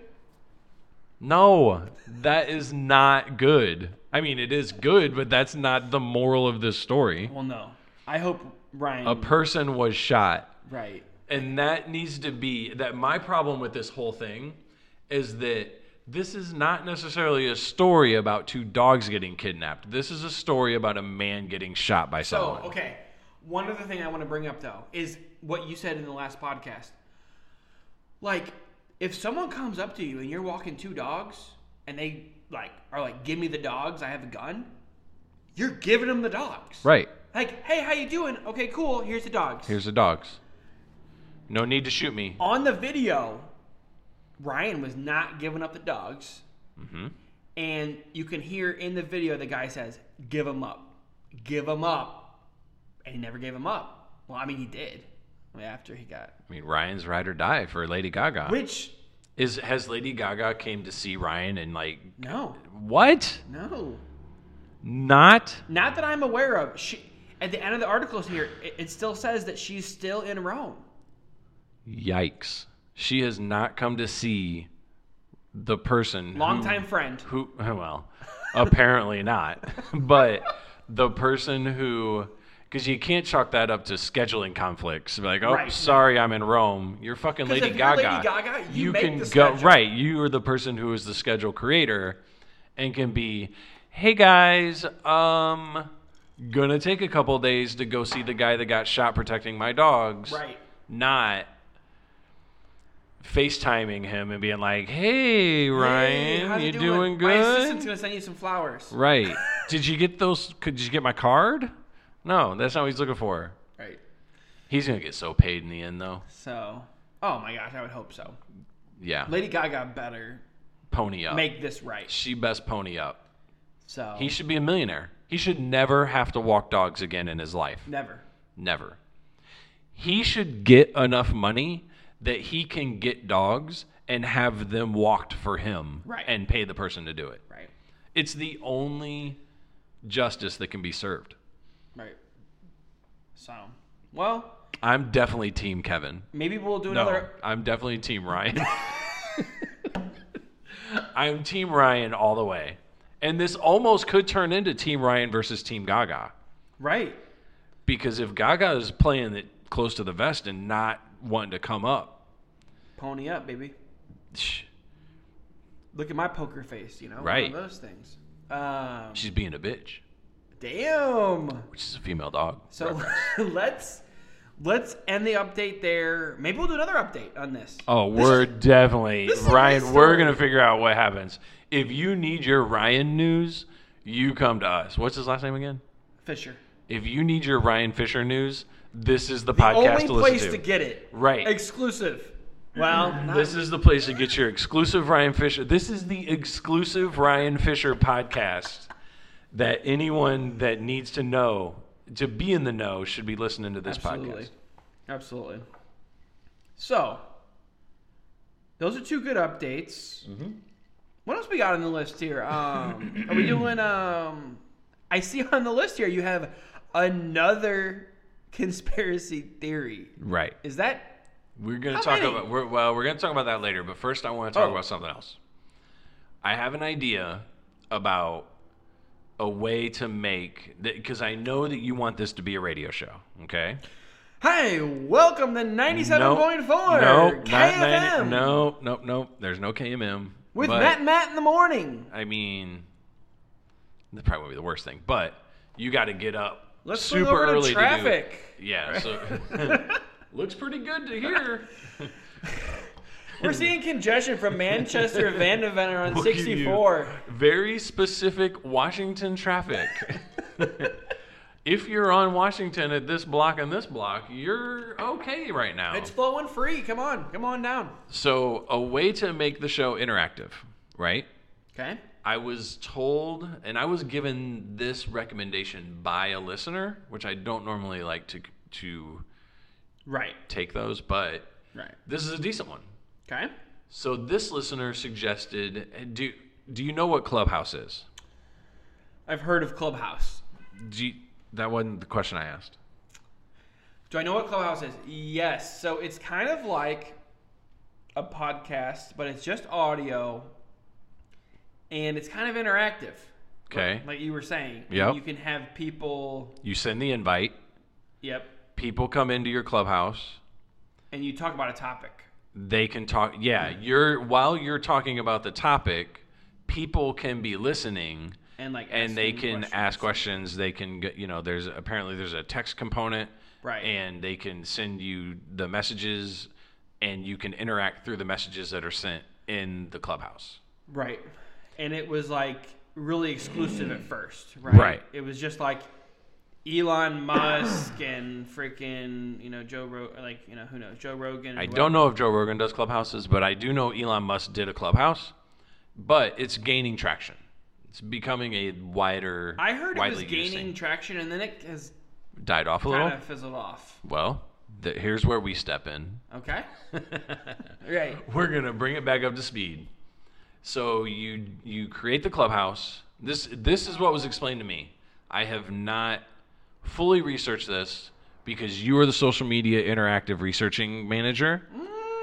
S2: No, that is not good. I mean, it is good, but that's not the moral of this story.
S1: Well, no, I hope Ryan.
S2: A person was shot,
S1: right.
S2: and that needs to be that my problem with this whole thing is that this is not necessarily a story about two dogs getting kidnapped. This is a story about a man getting shot by
S1: So
S2: someone.
S1: okay, one other thing I want to bring up though is what you said in the last podcast. Like, if someone comes up to you and you're walking two dogs and they like are like, "Give me the dogs. I have a gun." You're giving them the dogs.
S2: Right.
S1: Like, hey, how you doing? Okay, cool. Here's the dogs.
S2: Here's the dogs. No need to shoot me.
S1: on the video, Ryan was not giving up the dogs.
S2: Mm-hmm.
S1: And you can hear in the video the guy says, "Give him up, give him up," and he never gave him up. Well, I mean he did I mean, after he got.
S2: I mean, Ryan's ride or die for Lady Gaga.
S1: Which
S2: Is has Lady Gaga came to see Ryan and like
S1: no,
S2: what?
S1: no,
S2: Not
S1: not that I'm aware of. She, at the end of the articles here, it, it still says that she's still in Rome.
S2: Yikes. She has not come to see the person
S1: Longtime friend.
S2: who, who well, apparently not. But the person who cuz you can't chalk that up to scheduling conflicts. Be Like, "Oh,
S1: Right.
S2: sorry, I'm in Rome. You're fucking Lady
S1: if you're
S2: Gaga."
S1: Lady Gaga, you make
S2: can
S1: the
S2: go
S1: schedule.
S2: right. You are the person who is the schedule creator and can be, "Hey guys, um gonna take a couple days to go see the guy that got shot protecting my dogs."
S1: Right.
S2: not FaceTiming him and being like, "Hey, Ryan,
S1: how's
S2: you
S1: it
S2: doing,
S1: My
S2: good?"
S1: assistant's gonna send you some flowers.
S2: right? did you get those? Could did you get my card? No, that's not what he's looking for.
S1: Right.
S2: He's gonna get so paid in the end, though.
S1: So, oh my gosh, I would hope so.
S2: Yeah,
S1: Lady Gaga better
S2: pony up.
S1: make this right.
S2: she best pony up.
S1: So
S2: Oh. He should be a millionaire. He should never have to walk dogs again in his life.
S1: never.
S2: Never. He should get enough money that he can get dogs and have them walked for him
S1: Right.
S2: and pay the person to do it.
S1: Right.
S2: It's the only justice that can be served.
S1: Right. So well,
S2: I'm definitely team Kevin.
S1: maybe we'll do
S2: No,
S1: another
S2: I'm definitely team Ryan. I'm team Ryan all the way. And this almost could turn into team Ryan versus team Gaga
S1: Right.
S2: because if Gaga is playing it close to the vest and not wanting to come up,
S1: Pony up, baby.
S2: sh-
S1: Look at my poker face, you know?
S2: Right.
S1: One of those things. Um
S2: she's being a bitch.
S1: Damn.
S2: which is a female dog.
S1: So let's let's end the update there. Maybe we'll do another update on this.
S2: Oh, we're definitely
S1: this is a nice
S2: Ryan. We're
S1: story.
S2: gonna figure out what happens. If you need your Ryan news, you come to us. What's his last name again?
S1: Fisher.
S2: If you need your Ryan Fisher news, this is the,
S1: The
S2: podcast
S1: only
S2: to
S1: place
S2: listen
S1: to get it.
S2: Right.
S1: Exclusive. Well, not
S2: this is the place to get your exclusive Ryan Fisher. This is the exclusive Ryan Fisher podcast that anyone that needs to know to be in the know should be listening to this
S1: absolutely.
S2: podcast.
S1: Absolutely. So those are two good updates.
S2: Mm-hmm.
S1: What else we got on the list here? Um, are we doing? Um, I see on the list here you have another conspiracy theory.
S2: Right.
S1: Is that
S2: We're gonna
S1: How
S2: talk
S1: many?
S2: about we're, well, we're gonna talk about that later. But first, I want to talk
S1: Oh.
S2: about something else. I have an idea about a way to make because I know that you want this to be a radio show. Okay.
S1: Hey, welcome to 97.4
S2: Nope. Not 90,
S1: KFM
S2: no. Nope. Nope. There's no KMM.
S1: with
S2: but,
S1: Matt and Matt in the morning.
S2: I mean, that probably would be the worst thing. But you got to get up
S1: Let's swing
S2: super
S1: over
S2: early
S1: to
S2: do-
S1: traffic.
S2: yeah. So looks pretty good to hear.
S1: We're seeing congestion from Manchester Van to Venner on
S2: We'll give you
S1: 64.
S2: Very specific Washington traffic. if you're on Washington at this block and this block, you're okay right now.
S1: It's flowing free. Come on, come on down.
S2: so, a way to make the show interactive, right?
S1: Okay.
S2: I was told, and I was given this recommendation by a listener, which I don't normally like to to
S1: Right.
S2: take those, but
S1: Right.
S2: this is a decent one.
S1: Okay.
S2: So this listener suggested, do do you know what Clubhouse is?
S1: I've heard of Clubhouse.
S2: Do you, that wasn't the question I asked.
S1: Do I know what Clubhouse is? Yes. So it's kind of like a podcast, but it's just audio and it's kind of interactive,
S2: Okay.
S1: like you were saying.
S2: Yep.
S1: You can have people.
S2: You send the invite.
S1: Yep.
S2: People come into your clubhouse.
S1: and you talk about a topic.
S2: They can talk. Yeah, you're while you're talking about the topic, people can be listening
S1: And like,
S2: and they
S1: asking
S2: can
S1: questions.
S2: ask questions. They can get you know. There's apparently there's a text component,
S1: Right.
S2: And they can send you the messages, and you can interact through the messages that are sent in the clubhouse.
S1: right? And it was like really exclusive at first, right?
S2: Right.
S1: It was just like Elon Musk and freaking you know Joe Rog like you know who knows Joe Rogan. or
S2: I
S1: whoever.
S2: don't know if Joe Rogan does clubhouses, but I do know Elon Musk did a clubhouse, but it's gaining traction. It's becoming a wider.
S1: I heard it was
S2: widely used
S1: gaining
S2: thing.
S1: traction, and then it has
S2: Died off a little.
S1: kind of fizzled off.
S2: Well, th- here's where we step in.
S1: Okay. right.
S2: We're gonna bring it back up to speed. So you you create the clubhouse. This this is what was explained to me. I have not fully researched this because you are the social media interactive researching manager.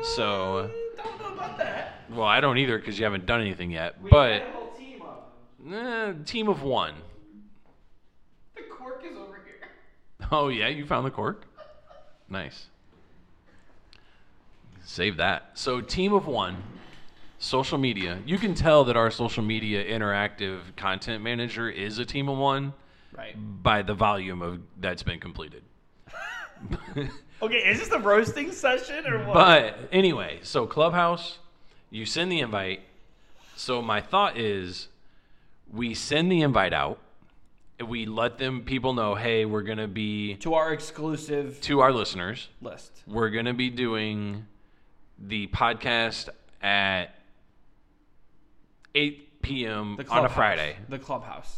S2: So
S1: Mm, Don't know about that.
S2: well, I don't either because you haven't done anything yet. But
S1: Got a whole team of them.
S2: eh, team of one.
S1: The cork is over here.
S2: Oh yeah, you found the cork. Nice. Save that. So team of one, social media. You can tell that our social media interactive content manager is a team of one
S1: Right.
S2: by the volume of that's been completed.
S1: Okay, is this the roasting session or what?
S2: But anyway, so Clubhouse, you send the invite. So my thought is we send the invite out. and We let them people know, hey, we're gonna be
S1: to our exclusive
S2: to our listeners.
S1: list.
S2: we're going to be doing the podcast at 8 p.m. on
S1: The
S2: a
S1: clubhouse.
S2: Friday.
S1: The clubhouse.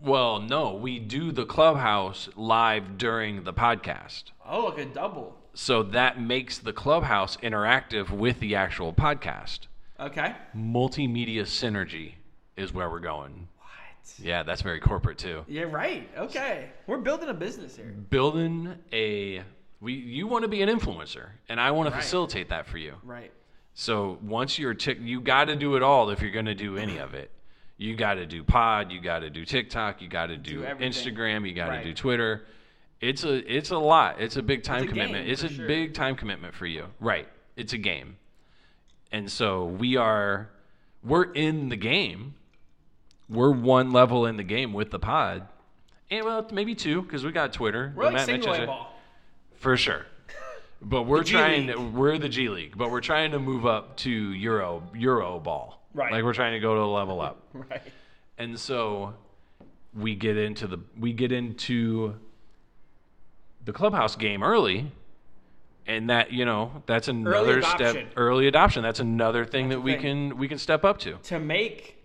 S2: Well, no, we do the clubhouse live during the podcast.
S1: Oh, like a double.
S2: So that makes the clubhouse interactive with the actual podcast.
S1: Okay.
S2: Multimedia synergy is where we're going.
S1: What?
S2: Yeah, that's very corporate too.
S1: Yeah, right. Okay. We're building a business here.
S2: Mm-hmm. Building a we you want to be an influencer and I want to
S1: Right.
S2: facilitate that for you.
S1: Right.
S2: So once you're tick, you got to do it all if you're going to do any of it. You got to do pod, you got to do TikTok, you got to do,
S1: everything.
S2: Instagram, you got to
S1: Right.
S2: do Twitter. It's a it's a lot. It's a big time
S1: a
S2: commitment.
S1: game,
S2: it's
S1: for
S2: a
S1: sure.
S2: big time commitment for you. Right. It's a game. And so we are we're in the game. We're one level in the game with the pod. eh, well, maybe two because we got Twitter.
S1: We're
S2: The
S1: like
S2: Matt Mitch
S1: single
S2: is
S1: A
S2: a-
S1: ball.
S2: for sure. But we're
S1: G
S2: trying.
S1: League.
S2: We're the G League, but we're trying to move up to Euro Euro Ball.
S1: Right.
S2: Like we're trying to go to a level up.
S1: Right.
S2: And so we get into the we get into the clubhouse game early. And that, you know, that's another step
S1: adoption.
S2: early adoption. That's another thing that we
S1: thing.
S2: can we can step up to.
S1: To make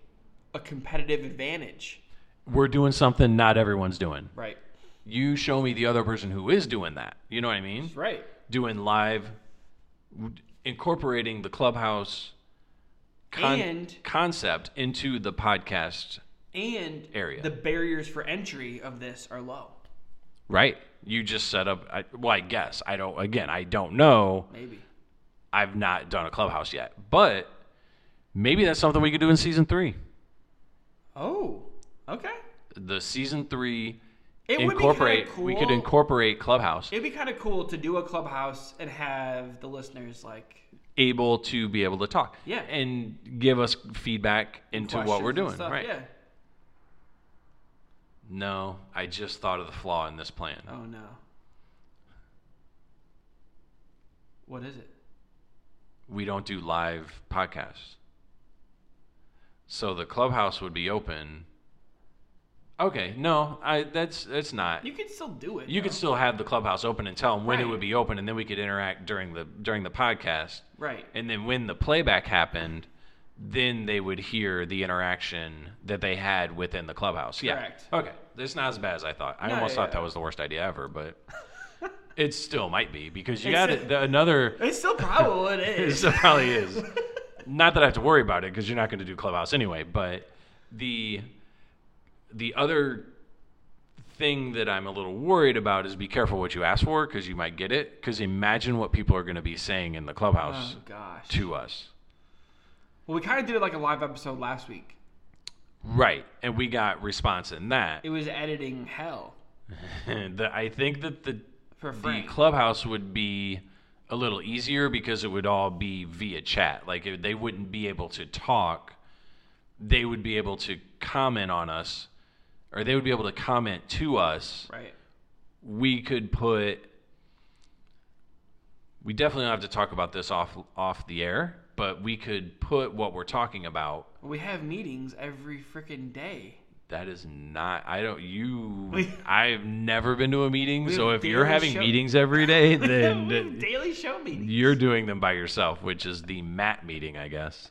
S1: a competitive advantage.
S2: We're doing something not everyone's doing.
S1: Right.
S2: You show me the other person who is doing that. You know what I mean?
S1: Right.
S2: Doing live w- incorporating the clubhouse con-
S1: And-
S2: concept into the podcast
S1: And
S2: Area.
S1: the barriers for entry of this are low.
S2: Right. You just set up. I, well, I guess I don't. Again, I don't know.
S1: Maybe.
S2: I've not done a clubhouse yet, but maybe that's something we could do in season three.
S1: Oh. Okay.
S2: The season three incorporate.
S1: It would be kinda cool.
S2: We could incorporate clubhouse,
S1: It'd be kind of cool to do a clubhouse and have the listeners like
S2: able to be able to talk.
S1: Yeah.
S2: And give us feedback into what
S1: questions
S2: we're
S1: and
S2: doing.
S1: stuff.
S2: Right.
S1: Yeah.
S2: No, I just thought of the flaw in this plan.
S1: Oh no. What is it?
S2: We don't do live podcasts. So the clubhouse would be open. Okay, no, I that's that's not.
S1: You could still do it.
S2: You could still have the clubhouse open and tell them when it
S1: Right.
S2: would be open, and then we could interact during the during the podcast.
S1: right.
S2: And then when the playback happened, then they would hear the interaction that they had within the clubhouse. Yeah.
S1: Correct.
S2: Okay, it's not as bad as I thought. I
S1: No,
S2: almost
S1: yeah,
S2: thought
S1: yeah.
S2: that was the worst idea ever, but it still might be because you
S1: It's
S2: got
S1: a-
S2: it. the- Another
S1: It's still probably it
S2: it
S1: is.
S2: still probably is. Not that I have to worry about it because you're not going to do clubhouse anyway. But the the other thing that I'm a little worried about is be careful what you ask for because you might get it. Because imagine what people are going to be saying in the clubhouse
S1: Oh gosh.
S2: to us,
S1: Well, we kind of did it like a live episode last week.
S2: right? And we got response in that.
S1: It was editing hell
S2: the, I think that the
S1: for
S2: the
S1: Frank.
S2: clubhouse would be a little easier because it would all be via chat. Like it, they wouldn't be able to talk. They would be able to comment on us, or they would be able to comment to us.
S1: right.
S2: We could put. We definitely don't have to talk about this off off the air, but we could put what we're talking about.
S1: We have meetings every freaking day.
S2: That is not. I don't. You.
S1: We-
S2: I've never been to a meeting,
S1: We
S2: so
S1: have
S2: if you're
S1: daily
S2: having
S1: show-
S2: meetings every day,
S1: We
S2: then
S1: have daily show meetings.
S2: You're doing them by yourself, which is the Matt meeting, I guess.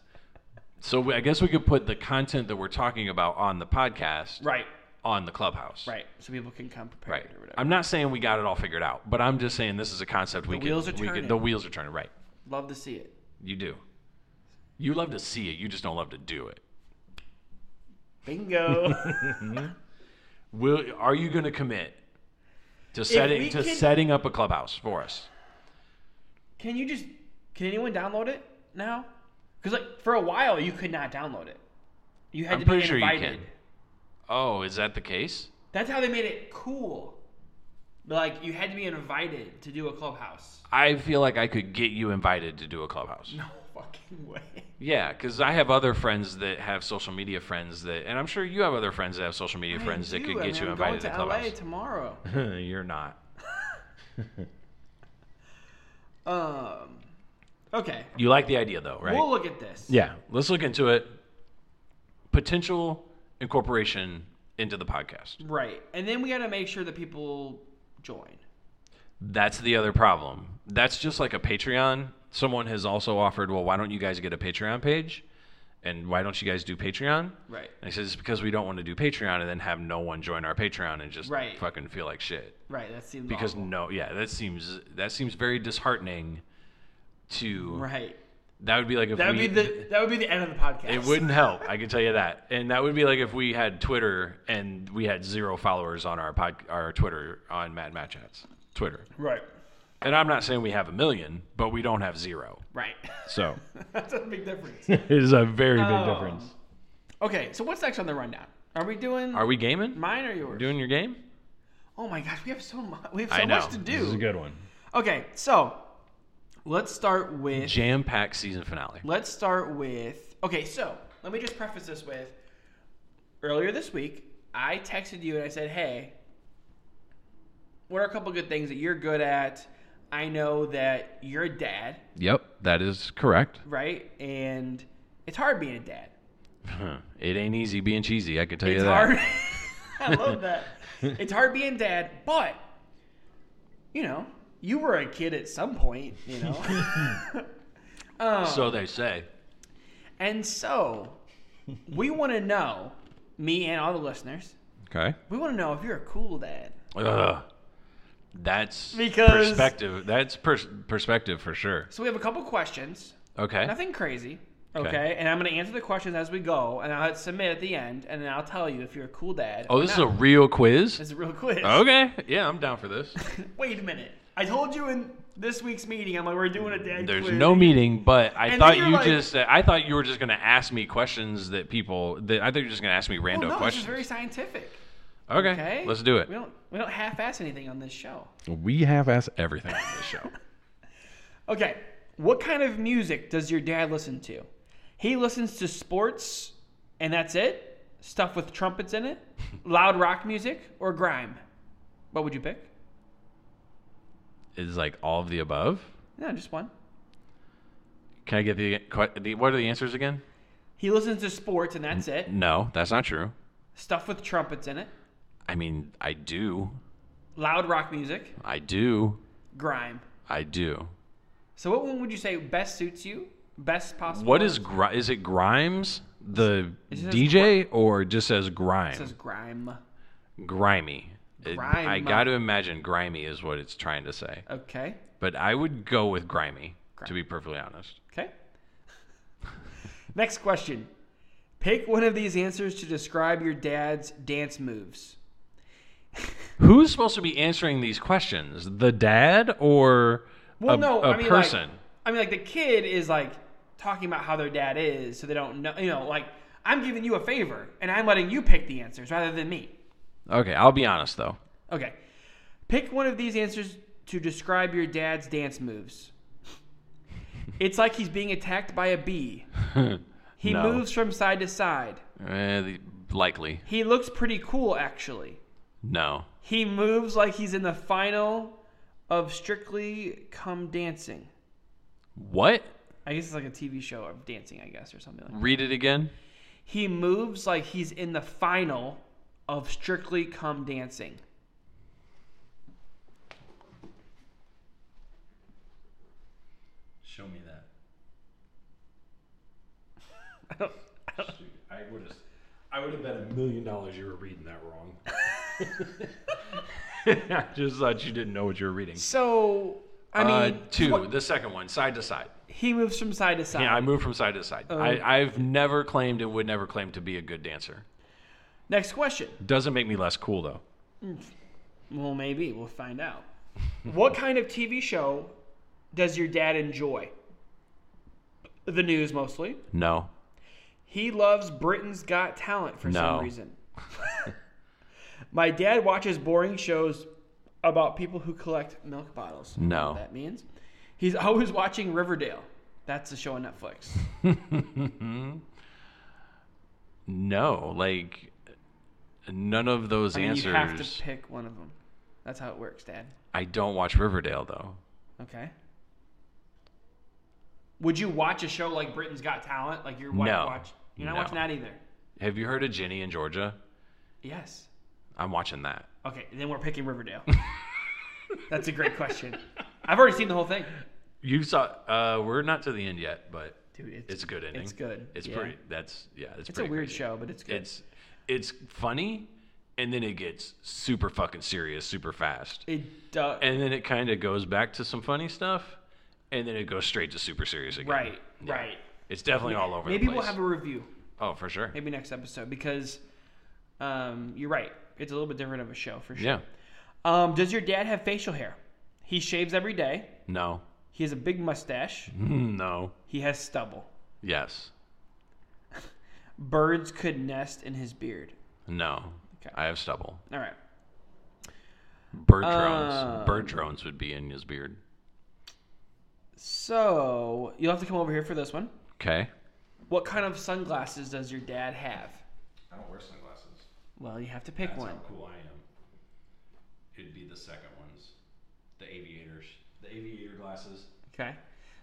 S2: So we- I guess we could put the content that we're talking about on the podcast
S1: Right.
S2: on the clubhouse.
S1: Right. So people can come
S2: Right.
S1: prepared or whatever.
S2: I'm not saying we got it all figured out, but I'm just saying this is a concept we
S1: The
S2: could-
S1: wheels are
S2: we could-
S1: turning.
S2: the wheels are turning. Right.
S1: Love to see it.
S2: You do. You love to see it. You just don't love to do it.
S1: Bingo.
S2: Will are you going to commit to setting
S1: we
S2: to
S1: can-
S2: setting up a clubhouse for us?
S1: Can you just? Can anyone download it now? Because like for a while you could not download it. You had
S2: I'm
S1: to
S2: pretty
S1: be
S2: sure you
S1: invited.
S2: can. Oh, is that the case?
S1: That's how they made it cool. Like you had to be invited to do a clubhouse.
S2: I feel like I could get you invited to do a clubhouse.
S1: No fucking way.
S2: Yeah, because I have other friends that have social media friends that, and I'm sure you have other friends that have social media friends that
S1: do,
S2: could
S1: I
S2: get
S1: mean,
S2: you
S1: I'm
S2: invited to
S1: going LA
S2: Clubhouse.
S1: tomorrow.
S2: You're not.
S1: Um. Okay.
S2: You like the idea though, right?
S1: We'll look at this.
S2: yeah. Let's look into it. Potential incorporation into the podcast.
S1: Right. And then we got to make sure that people join.
S2: That's the other problem. That's just like a Patreon. Someone has also offered, well, why don't you guys get a Patreon page? And why don't you guys do Patreon?
S1: Right.
S2: And I said, it's because we don't want to do Patreon and then have no one join our Patreon and just
S1: Right.
S2: fucking feel like shit.
S1: Right. That seems
S2: because
S1: awful.
S2: no yeah that seems that seems very disheartening to
S1: right.
S2: that would be like if
S1: That would
S2: we,
S1: be the that would be the end of the podcast.
S2: it wouldn't help i can tell you that and that would be like if we had twitter and we had zero followers on our pod our twitter on mad Matt Chats twitter
S1: Right.
S2: and i'm not saying we have a million but we don't have zero
S1: Right.
S2: so
S1: That's a big difference.
S2: it is a very big
S1: Um, Okay, so what's next on the rundown? Are we doing
S2: are we gaming
S1: mine or yours?
S2: doing your game
S1: oh my gosh, we have so much. We have
S2: i
S1: so
S2: know
S1: much to
S2: this is a
S1: do.
S2: good one
S1: Okay, so let's start with
S2: jam-packed season finale
S1: let's start with okay. So let me just preface this with earlier this week, I texted you and I said, "Hey, what are a couple good things that you're good at? I know that you're a dad,
S2: Yep, that is correct.
S1: right? And it's hard being a dad.
S2: it ain't easy being cheesy. I could tell
S1: It's
S2: you that.
S1: hard. I love that. It's hard being dad, but you know, you were a kid at some point, you know. um,
S2: So they say.
S1: and so, we want to know, me and all the listeners,
S2: Okay.
S1: we want to know if you're a cool dad.
S2: Ugh. That's
S1: Because-
S2: perspective. That's pers- perspective for sure.
S1: So we have a couple questions,
S2: Okay.
S1: nothing crazy, okay?
S2: Okay.
S1: And I'm gonna answer the questions as we go, and I'll hit submit at the end, and then I'll tell you if you're a cool dad.
S2: Oh,
S1: or
S2: this is Oh. a
S1: not.
S2: real quiz.
S1: This is real quiz.
S2: Okay. Yeah, I'm down for this.
S1: Wait a minute. I told you in this week's meeting, I'm like, we're doing a dad
S2: There's
S1: quiz.
S2: no meeting, but I
S1: And then
S2: thought
S1: you're
S2: you
S1: like-
S2: just. I thought you were just gonna ask me questions that people. That I thought you were just gonna ask me
S1: Well,
S2: random
S1: Oh, no, this is
S2: questions.
S1: very scientific.
S2: okay.
S1: Okay,
S2: Let's do it.
S1: We don't we don't half-ass anything on this show.
S2: We have asked everything on this show.
S1: Okay, what kind of music does your dad listen to? He listens to sports, and that's it. Stuff with trumpets in it, loud rock music, or grime. What would you pick?
S2: is like all of the above.
S1: No, just one.
S2: Can I get the, que- the what are the answers again?
S1: He listens to sports, and that's it.
S2: No, that's not true.
S1: Stuff with trumpets in it,
S2: I mean, I do,
S1: loud rock music,
S2: I do,
S1: grime.
S2: I do.
S1: So, what one would you say best suits you? Best possible.
S2: What is gri- is it Grimes the
S1: It says
S2: DJ or it just says grime?
S1: It says grime.
S2: grimy. It- I
S1: Grime. uh,
S2: got to imagine grimy is what it's trying to say.
S1: Okay.
S2: But I would go with grimy to
S1: Grime.
S2: be perfectly honest.
S1: Okay. Next question. Pick one of these answers to describe your dad's dance moves.
S2: Who's supposed to be answering these questions? The dad or
S1: Well,
S2: a,
S1: no,
S2: a
S1: I mean,
S2: person?
S1: Like, I mean, like the kid is like talking about how their dad is, so they don't know. You know, like I'm giving you a favor, and I'm letting you pick the answers rather than me.
S2: okay, I'll be honest though.
S1: Okay. Pick one of these answers to describe your dad's dance moves. It's like he's being attacked by a bee. He
S2: No.
S1: moves from side to side.
S2: Eh, the- likely.
S1: He looks pretty cool, actually.
S2: No.
S1: He moves like he's in the final of Strictly Come Dancing.
S2: What?
S1: I guess it's like a TV show of dancing, I guess, or something like that.
S2: Read it again.
S1: He moves like he's in the final of Strictly Come Dancing.
S2: Show me that.
S1: I don't-
S2: I would have. I would have bet a million dollars you were reading that wrong. I just thought you didn't know what you were reading.
S1: So, I mean,
S2: uh, two,
S1: what- Uh-huh.
S2: the second one, side to side.
S1: he moves from side to side.
S2: Yeah, I moved from side to side.
S1: Uh-huh.
S2: I, I've never claimed and would never claim to be a good dancer.
S1: Next question.
S2: Doesn't make me less cool though.
S1: Well, maybe we'll find out. what kind of TV show does your dad enjoy? The news mostly.
S2: No,
S1: He loves Britain's Got Talent for
S2: No.
S1: some reason. My dad watches boring shows about people who collect milk bottles. I don't know
S2: No.
S1: what that means he's always watching Riverdale. That's a show on Netflix.
S2: no, like none of those
S1: I mean,
S2: answers.
S1: you have to pick one of them. That's how it works, Dad.
S2: I don't watch Riverdale though.
S1: Okay. Would you watch a show like Britain's Got Talent? Like you're wa-
S2: No.
S1: watch? You're not
S2: No.
S1: watching that either.
S2: Have you heard of Ginny and Georgia?
S1: Yes.
S2: I'm watching that.
S1: Okay, then we're picking Riverdale. That's a great question. I've already seen the whole thing.
S2: You saw. Uh, we're not to the end yet, but
S1: Dude, it's
S2: it's a good ending.
S1: it's good.
S2: It's
S1: Yeah.
S2: pretty. That's yeah. It's,
S1: It's a
S2: pretty
S1: weird
S2: crazy.
S1: show, but it's good.
S2: It's it's funny, and then it gets super fucking serious super fast,
S1: it does.
S2: and then it kind of goes back to some funny stuff, and then it goes straight to super serious again.
S1: Right,
S2: Yeah.
S1: right.
S2: It's definitely all over.
S1: Maybe
S2: the
S1: we'll
S2: place.
S1: have a review.
S2: Oh, for sure.
S1: Maybe next episode because um, you're right. It's a little bit different of a show for sure.
S2: Yeah.
S1: Um, does your dad have facial hair? He shaves every day.
S2: No.
S1: He has a big mustache.
S2: No.
S1: He has stubble.
S2: Yes.
S1: Birds could nest in his beard.
S2: No.
S1: Okay.
S2: I have stubble.
S1: All right.
S2: Bird drones.
S1: Um,
S2: Bird drones would be in his beard.
S1: So you'll have to come over here for this one.
S2: Okay.
S1: What kind of sunglasses does your dad have?
S2: I don't wear sunglasses.
S1: Well, you have to pick one.
S2: cool I am. It'd be the second one. The aviators. The aviator glasses.
S1: Okay.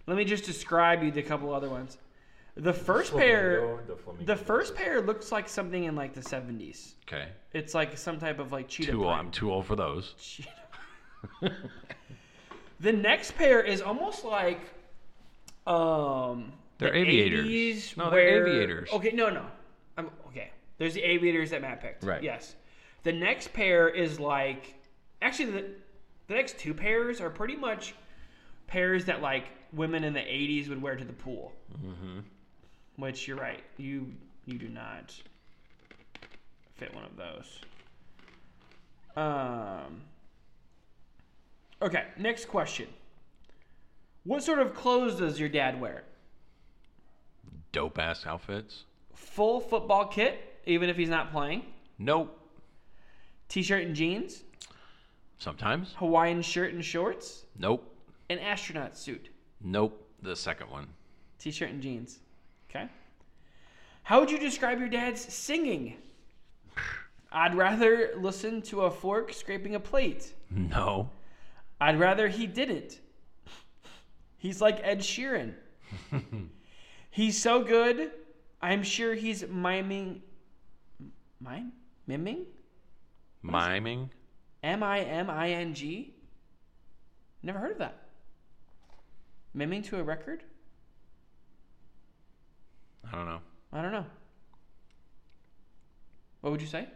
S1: Let me just describe you the couple other ones. The first pair,
S3: Flamingo, the flamingo.
S1: the first pair looks like something in like the 70s.
S2: Okay.
S1: It's like some type of like cheetah.
S2: Too old.
S1: print.
S2: I'm too old for those.
S1: Cheetah. the next pair is almost like, um,
S2: They're
S1: the
S2: aviators.
S1: 80s
S2: No, they're
S1: where-
S2: aviators.
S1: Okay, no, no. I'm okay. There's the aviators that Matt picked.
S2: Right.
S1: Yes. The next pair is like, actually, the, the next two pairs are pretty much pairs that like women in the '80s would wear to the pool. Mm-hmm. Which you're right. You you do not fit one of those. Um. Okay, next question. What sort of clothes does your dad wear?
S2: Dope ass outfits.
S1: Full football kit, even if he's not playing.
S2: Nope.
S1: T-shirt and jeans,
S2: Sometimes.
S1: Hawaiian shirt and shorts,
S2: Nope.
S1: an astronaut suit.
S2: Nope. The second one.
S1: T-shirt and jeans. Okay. How would you describe your dad's singing? I'd rather listen to a fork scraping a plate.
S2: No.
S1: I'd rather he didn't. He's like Ed Sheeran. he's so good. I'm sure he's miming. Mime? Miming?
S2: Miming.
S1: M I M I N G? Never heard of that. Miming to a record?
S2: I don't know.
S1: I don't know. What would you say?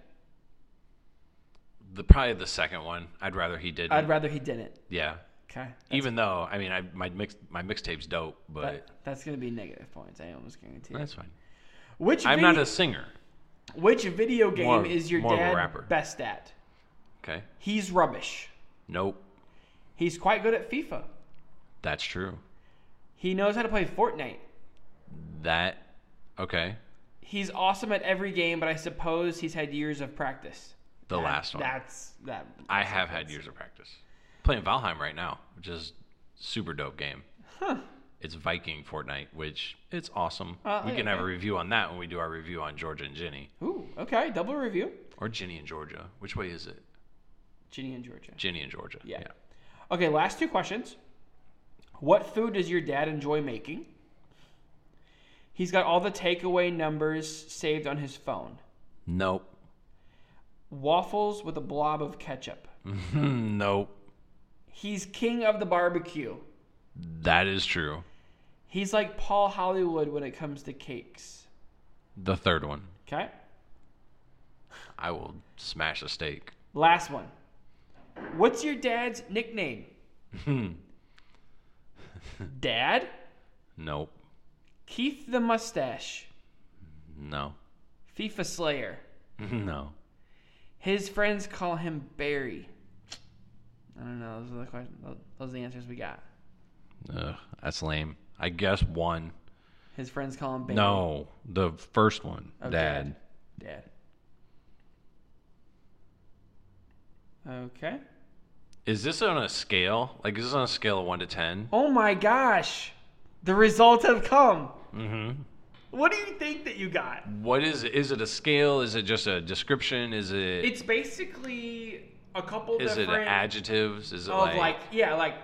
S2: The probably the second one. I'd rather he didn't.
S1: I'd rather he didn't.
S2: yeah.
S1: Okay.
S2: Even though I mean I my mix my mixtape's dope, but
S1: That, that's going to be negative points. I almost guarantee it.
S2: that's fine.
S1: Which,
S2: I'm
S1: vid-
S2: not a singer.
S1: which video game
S2: More-
S1: is your
S2: more of a
S1: dad
S2: rapper.
S1: best at?
S2: Okay.
S1: He's rubbish.
S2: Nope.
S1: He's quite good at FIFA.
S2: That's true.
S1: He knows how to play Fortnite.
S2: That okay.
S1: He's awesome at every game, but I suppose he's had years of practice.
S2: The
S1: That-
S2: last one.
S1: That's that.
S2: I have had years of practice. Playing Valheim right now, which is super dope game. It's Viking Fortnite, which it's awesome.
S1: Uh,
S2: we
S1: yeah,
S2: can have a
S1: okay.
S2: review on that when we do our review on Georgia and Ginny.
S1: Ooh, okay. Double review.
S2: Or Ginny and Georgia. Which way is it?
S1: Ginny and Georgia.
S2: Ginny and Georgia.
S1: Yeah. Okay, last two questions. What food does your dad enjoy making? He's got all the takeaway numbers saved on his phone.
S2: Nope.
S1: Waffles with a blob of ketchup.
S2: nope.
S1: He's king of the barbecue.
S2: That is true.
S1: He's like Paul Hollywood when it comes to cakes.
S2: The third one.
S1: Okay?
S2: I will smash a steak.
S1: Last one. What's your dad's nickname? Dad?
S2: Nope.
S1: Keith the Mustache.
S2: No.
S1: FIFA Slayer.
S2: no.
S1: His friends call him Barry. I don't know. Those are the questions. Those are the answers we got.
S2: Ugh, that's lame. I guess one.
S1: His friends call him Barry.
S2: No. The first one.
S1: Oh,
S2: Dad.
S1: Dad. Okay.
S2: Is this on a scale? Like, is this on a scale of one to ten?
S1: Oh my gosh! The results have come.
S2: Mm-hmm.
S1: What do you think that you got?
S2: What is it? Is it a scale? Is it just a description? Is it?
S1: It's basically a couple
S2: is it
S1: different
S2: adjectives? Is it
S1: of
S2: like,
S1: like yeah, like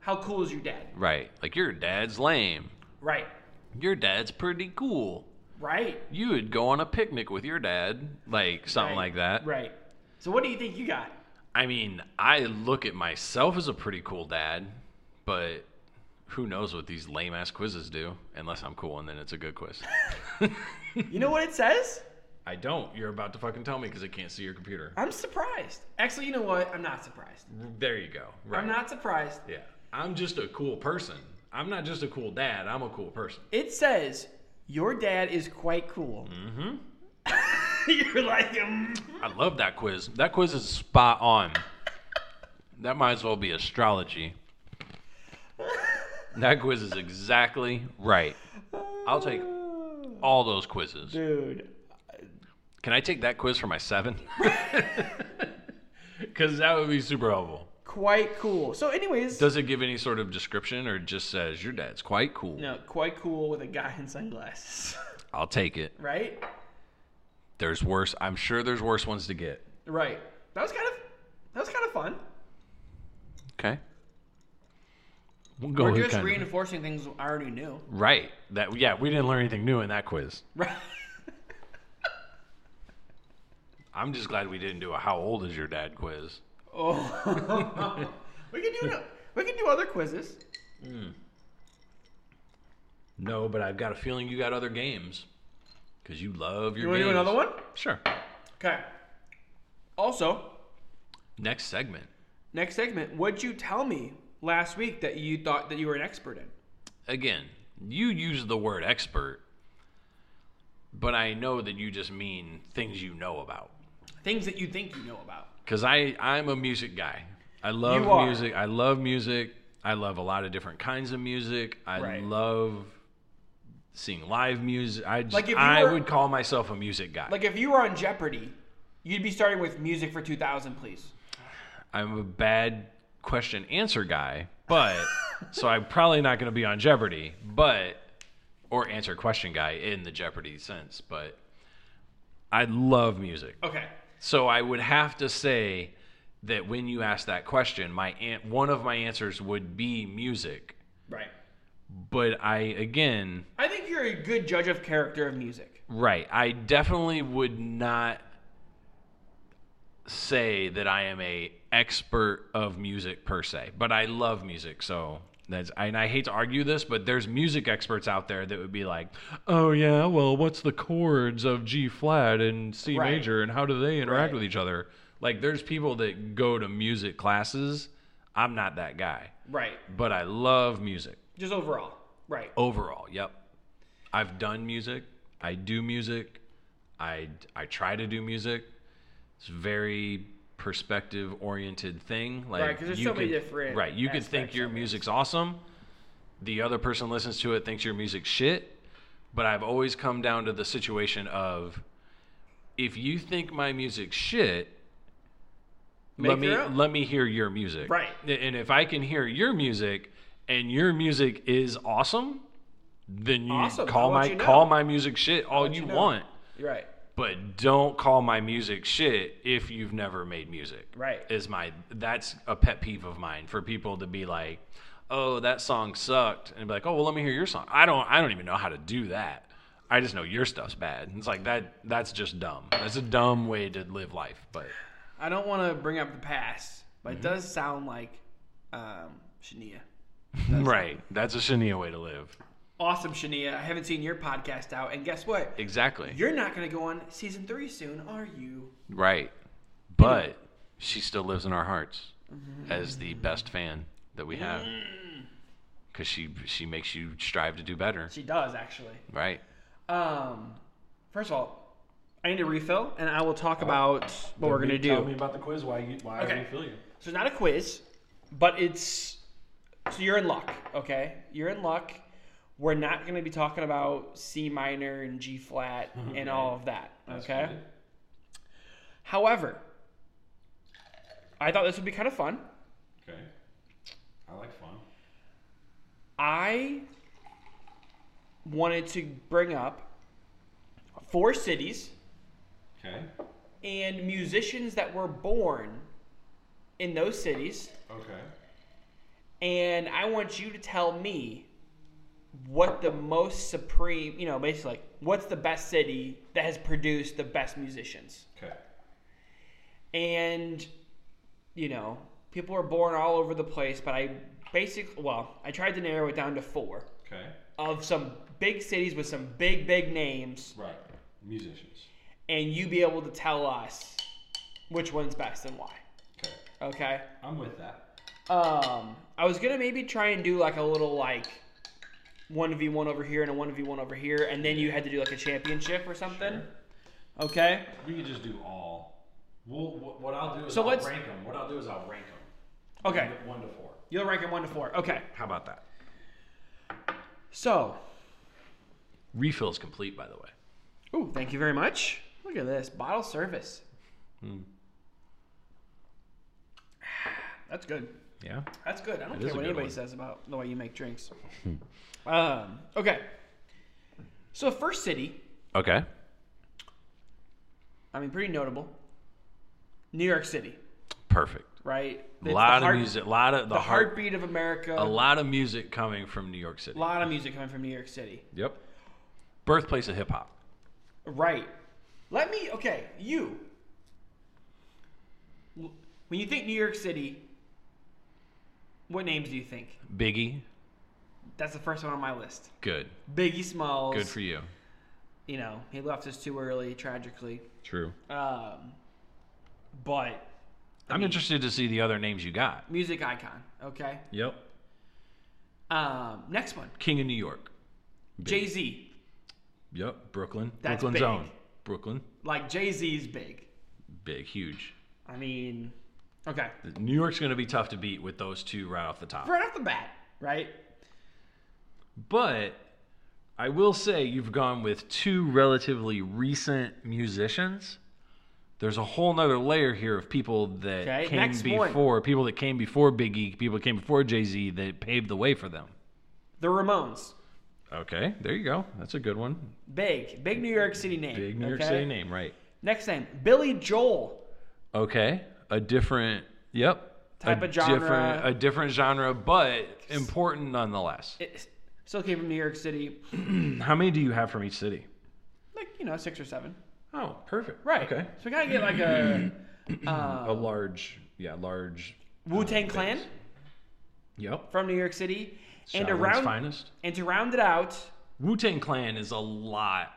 S1: how cool is your dad?
S2: right? Like your dad's lame.
S1: Right.
S2: Your dad's pretty cool.
S1: Right.
S2: You would go on a picnic with your dad, like something
S1: Right.
S2: like that.
S1: Right. So what do you think you got?
S2: I mean, I look at myself as a pretty cool dad, but who knows what these lame ass quizzes do? Unless I'm cool, and then it's a good quiz.
S1: You know what it says?
S2: I don't. You're about to fucking tell me because I can't see your computer.
S1: I'm surprised. Actually, you know what? I'm not surprised.
S2: There you go. Right.
S1: I'm not surprised.
S2: Yeah. I'm just a cool person. I'm not just a cool dad. I'm a cool person.
S1: It says your dad is quite cool. Mm-hmm. You're like, mm.
S2: I love that quiz. That quiz is spot on. That might as well be astrology. That quiz is exactly right. I'll take all those quizzes.
S1: dude.
S2: Can I take that quiz for my seven? Because that would be super helpful.
S1: Quite cool. So, anyways,
S2: Does it give any sort of description or it just says your dad's quite cool?
S1: no, quite cool with a guy in sunglasses,
S2: I'll take it.
S1: right?
S2: There's worse. I'm sure there's worse ones to get.
S1: Right. That was kind of that was kind of fun.
S2: Okay. We'll go
S1: We're
S2: with
S1: just
S2: kind of-
S1: reinforcing things we already knew.
S2: right. That yeah, we didn't learn anything new in that quiz.
S1: Right.
S2: I'm just glad we didn't do a how old is your dad quiz.
S1: Oh. we can do no, we can do other quizzes.
S2: No, but I've got a feeling you got other games because you love your
S1: You want to
S2: games.
S1: do another one?
S2: Sure.
S1: Okay. Also,
S2: Next segment.
S1: next segment. What'd you tell me last week that you thought that you were an expert in?
S2: Again, you use the word expert, but I know that you just mean things you know about.
S1: Things that you think you know about.
S2: Because I I'm a music guy. I love
S1: You are.
S2: music. I love music. I love a lot of different kinds of music. I
S1: Right.
S2: love seeing live music. I just,
S1: Like if you
S2: I
S1: were-
S2: would call myself a music guy.
S1: Like if you were on Jeopardy, you'd be starting with music for 2000, please.
S2: I'm a bad question answer guy, but so I'm probably not going to be on Jeopardy, but or answer question guy in the Jeopardy sense, but I love music.
S1: Okay.
S2: So I would have to say that when you ask that question, my an- one of my answers would be music,
S1: Right.
S2: but I again,
S1: I think you're a good judge of character of music.
S2: right, I definitely would not say that I am a expert of music per se, but I love music, so that's and I hate to argue this, but there's music experts out there that would be like, "Oh yeah, well, what's the chords of G flat and C
S1: Right.
S2: major and how do they interact
S1: Right.
S2: with each other?" Like there's people that go to music classes. I'm not that guy,
S1: Right.
S2: but I love music
S1: Just overall. Right.
S2: overall. Yep. I've done music. I do music. I I try to do music. It's a very perspective oriented thing. Like
S1: Right, 'cause there's
S2: you
S1: so many
S2: could-
S1: different
S2: Right. You could think
S1: aspects
S2: your
S1: of it.
S2: music's awesome. The other person listens to it thinks your music's shit. But I've always come down to the situation of if you think my music's shit, let
S1: Make
S2: me
S1: your own.
S2: let me hear your music.
S1: Right.
S2: And if I can hear your music and your music is awesome, then you
S1: Awesome.
S2: call
S1: I'll let
S2: my
S1: you know.
S2: call my music shit all you,
S1: you know.
S2: want,
S1: You're right.
S2: but don't call my music shit if you've never made music.
S1: Right.
S2: Is my that's a pet peeve of mine for people to be like, "Oh, that song sucked." And be like, "Oh, well, let me hear your song." I don't I don't even know how to do that. I just know your stuff's bad. And it's like that that's just dumb. That's a dumb way to live life, but
S1: I don't want to bring up the past, but it does sound like um, Shania.
S2: right. That's a Shania way to live.
S1: Awesome, Shania. I haven't seen your podcast out, and guess what?
S2: Exactly.
S1: You're not going to go on season three soon, are you?
S2: Right. But she still lives in our hearts as the best fan that we have. Cuz she she makes you strive to do better,
S1: She does, actually.
S2: right?
S1: Um, first of all, I need to refill, and I will talk about what we're going to do.
S2: about the quiz why you why
S1: Okay.
S2: feel you.
S1: So it's not a quiz, but it's so you're in luck, okay? You're in luck. We're not going to be talking about C minor and G flat and all of that, okay? However, I thought this would be kind of fun.
S2: Okay. I like fun.
S1: I wanted to bring up four cities
S2: Okay.
S1: and musicians that were born in those cities.
S2: Okay.
S1: and I want you to tell me what the most supreme, you know, basically like what's the best city that has produced the best musicians.
S2: Okay.
S1: And you know, people are born all over the place, but I basically well, I tried to narrow it down to four
S2: Okay.
S1: of some big cities with some big big names
S2: Right. Musicians.
S1: and you be able to tell us which one's best and why.
S2: Okay.
S1: Okay?
S2: I'm with that.
S1: Um, I was gonna maybe try and do like a little like one v one over here and a one v one over here, and then you had to do like a championship or something. Okay.
S2: We could just do all. We'll, what what I'll do is
S1: So let's-
S2: them. What I'll do is I'll rank them.
S1: Okay.
S2: One to four.
S1: You'll rank them one to four. Okay.
S2: How about that?
S1: So,
S2: Refill's complete, by the way.
S1: ooh, thank you very much. Look at this bottle service.
S2: Hmm.
S1: That's good.
S2: Yeah.
S1: That's good. I don't
S2: It is
S1: care
S2: a
S1: what
S2: good
S1: anybody
S2: one.
S1: says about the way you make drinks. um, okay. So the first city,
S2: Okay.
S1: I mean, pretty notable. New York City,
S2: Perfect.
S1: right?
S2: A
S1: It's
S2: lot
S1: the heart-
S2: of music, a lot of the,
S1: the
S2: heart,
S1: heartbeat of America.
S2: a lot of music coming from New York City.
S1: a lot of music coming from New York City.
S2: Yep. Birthplace of hip hop.
S1: Right. Let me. Okay, you. When you think New York City, what names do you think?
S2: Biggie.
S1: That's the first one on my list.
S2: Good.
S1: Biggie Smalls.
S2: Good for you.
S1: you know he left us too early, tragically.
S2: True.
S1: Um, but
S2: I'm interested to see the other names you got.
S1: music icon. Okay.
S2: Yep.
S1: Um, next one,
S2: King of New York.
S1: Jay Z.
S2: Yep. Brooklyn.
S1: That's
S2: Brooklyn's
S1: big.
S2: own. Brooklyn.
S1: Like Jay Z's big.
S2: Big, huge.
S1: I mean, okay.
S2: New York's going to be tough to beat with those two right off the top.
S1: Right off the bat, right?
S2: But I will say you've gone with two relatively recent musicians. There's a whole nother layer here of people that
S1: Okay,
S2: came
S1: next one.
S2: before, people that came before Biggie, people that came before Jay Z that paved the way for them.
S1: The Ramones.
S2: Okay, there you go. That's a good one.
S1: Big, big New York City name.
S2: Big New York
S1: okay?
S2: City name, right?
S1: Next name, Billy Joel.
S2: Okay, a different, yep,
S1: Type
S2: a
S1: of genre.
S2: different, a different genre, but important nonetheless.
S1: It still came from New York City,
S2: How many do you have from each city?
S1: like you know, six or seven.
S2: Oh, perfect.
S1: Right.
S2: Okay.
S1: So we gotta get like a
S2: a large, yeah, large.
S1: Wu Tang Clan
S2: Yep.
S1: from New York City, and
S2: Shaolin's
S1: around
S2: finest.
S1: and to round it out,
S2: Wu Tang Clan is a lot.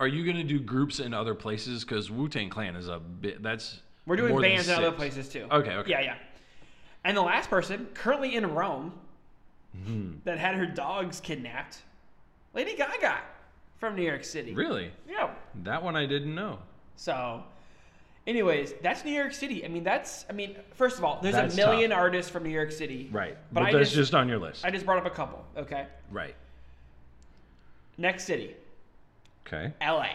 S2: Are you gonna do groups in other places? Because Wu Tang Clan is a bit. That's
S1: we're doing
S2: more than
S1: bands in other
S2: six.
S1: places too.
S2: Okay, okay.
S1: Yeah, yeah. And the last person, currently in Rome,
S2: Mm-hmm.
S1: that had her dogs kidnapped, Lady Gaga from New York City.
S2: Really?
S1: Yeah.
S2: That one I didn't know.
S1: So, anyways, that's New York City. I mean, that's I mean, first of all, there's
S2: That's
S1: a million
S2: tough.
S1: artists from New York City.
S2: Right.
S1: But, I
S2: that's
S1: just,
S2: just, on your list.
S1: I just brought up a couple. Okay.
S2: right.
S1: Next city,
S2: Okay.
S1: L.A.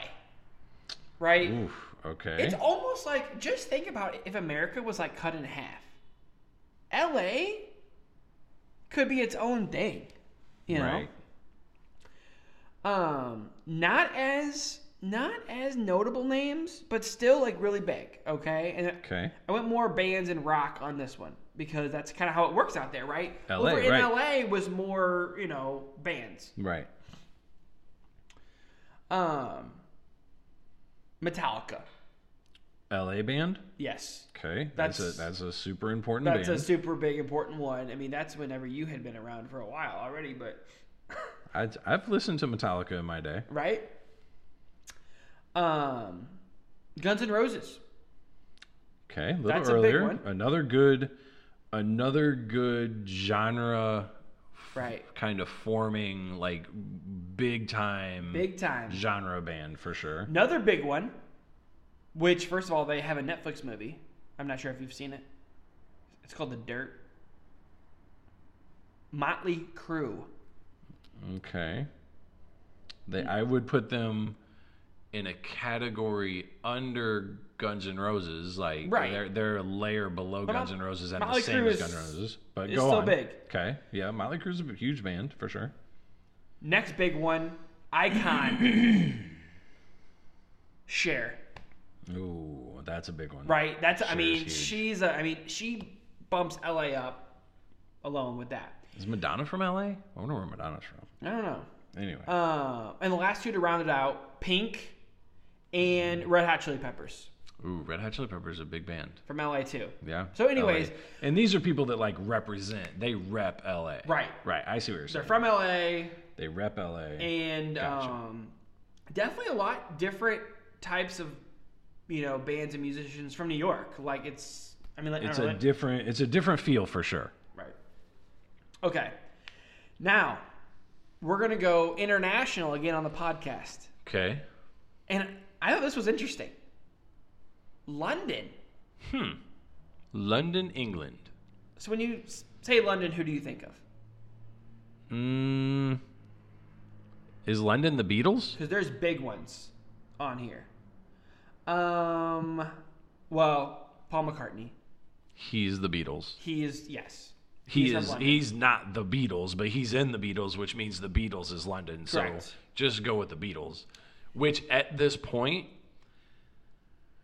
S1: Right.
S2: Oof. Okay.
S1: It's almost like just think about it, if America was like cut in half. L.A. could be its own thing. You know.
S2: right.
S1: um not as not as notable names but still like really big okay and
S2: Okay.
S1: i went more bands and rock on this one because that's kind of how it works out there right
S2: LA,
S1: over in
S2: right.
S1: la was more you know bands
S2: Right.
S1: um metallica
S2: L.A. band.
S1: yes
S2: Okay. That's,
S1: That's-
S2: a that's a super important
S1: that's
S2: band.
S1: a super big important one i mean that's whenever you had been around for a while already but
S2: i I'd, I've listened to Metallica in my day.
S1: right um guns n' roses
S2: Okay, a little
S1: That's a big
S2: earlier.
S1: one.
S2: Another good, another good genre
S1: right
S2: kind of forming like big time
S1: big time
S2: genre band for sure.
S1: Another big one, which first of all they have a Netflix movie. I'm not sure if you've seen it. It's called The Dirt. Motley Crue.
S2: Mm-hmm. Okay, they I would put them in a category under Guns N' Roses. Like
S1: Right.
S2: they're they're a layer below
S1: Mo-
S2: Guns N' Roses and
S1: Motley
S2: the same
S1: Crue
S2: as
S1: is-
S2: Guns N' Roses. But
S1: is
S2: go
S1: still
S2: on.
S1: big.
S2: Okay, yeah, Motley Crue's a huge band for sure.
S1: Next big one, Icon. Cher.
S2: Ooh, that's a big one.
S1: Right. That's. I
S2: Cher's
S1: mean,
S2: huge.
S1: she's. A, I mean, she bumps LA up alone with that.
S2: Is Madonna from LA? I wonder where Madonna's from.
S1: I don't know.
S2: Anyway.
S1: Uh, and the last two to round it out, Pink and Red Hot Chili Peppers
S2: Ooh, Red Hot Chili Peppers is a big band.
S1: from LA too.
S2: Yeah.
S1: So anyways-
S2: LA. and these are people that like represent. They rep LA.
S1: Right.
S2: Right. I see what you're saying.
S1: They're from LA.
S2: they rep LA.
S1: and
S2: Gotcha.
S1: um, definitely a lot different types of you know bands and musicians from New York. Like it's, I mean, like, I
S2: it's
S1: don't
S2: a
S1: know, like-
S2: different. It's a different feel for sure.
S1: right. Okay, now we're gonna go international again on the podcast,
S2: Okay.
S1: and I thought this was interesting. London.
S2: London, England.
S1: So when you s- say London, who do you think of?
S2: Mm, is London the Beatles?
S1: Because there's big ones on here. Um, well, Paul McCartney.
S2: He's the Beatles.
S1: He is yes.
S2: He
S1: He's of
S2: is.
S1: London.
S2: He's not the Beatles, but he's in the Beatles, which means the Beatles is London. So
S1: Correct.
S2: just go with the Beatles, which at this point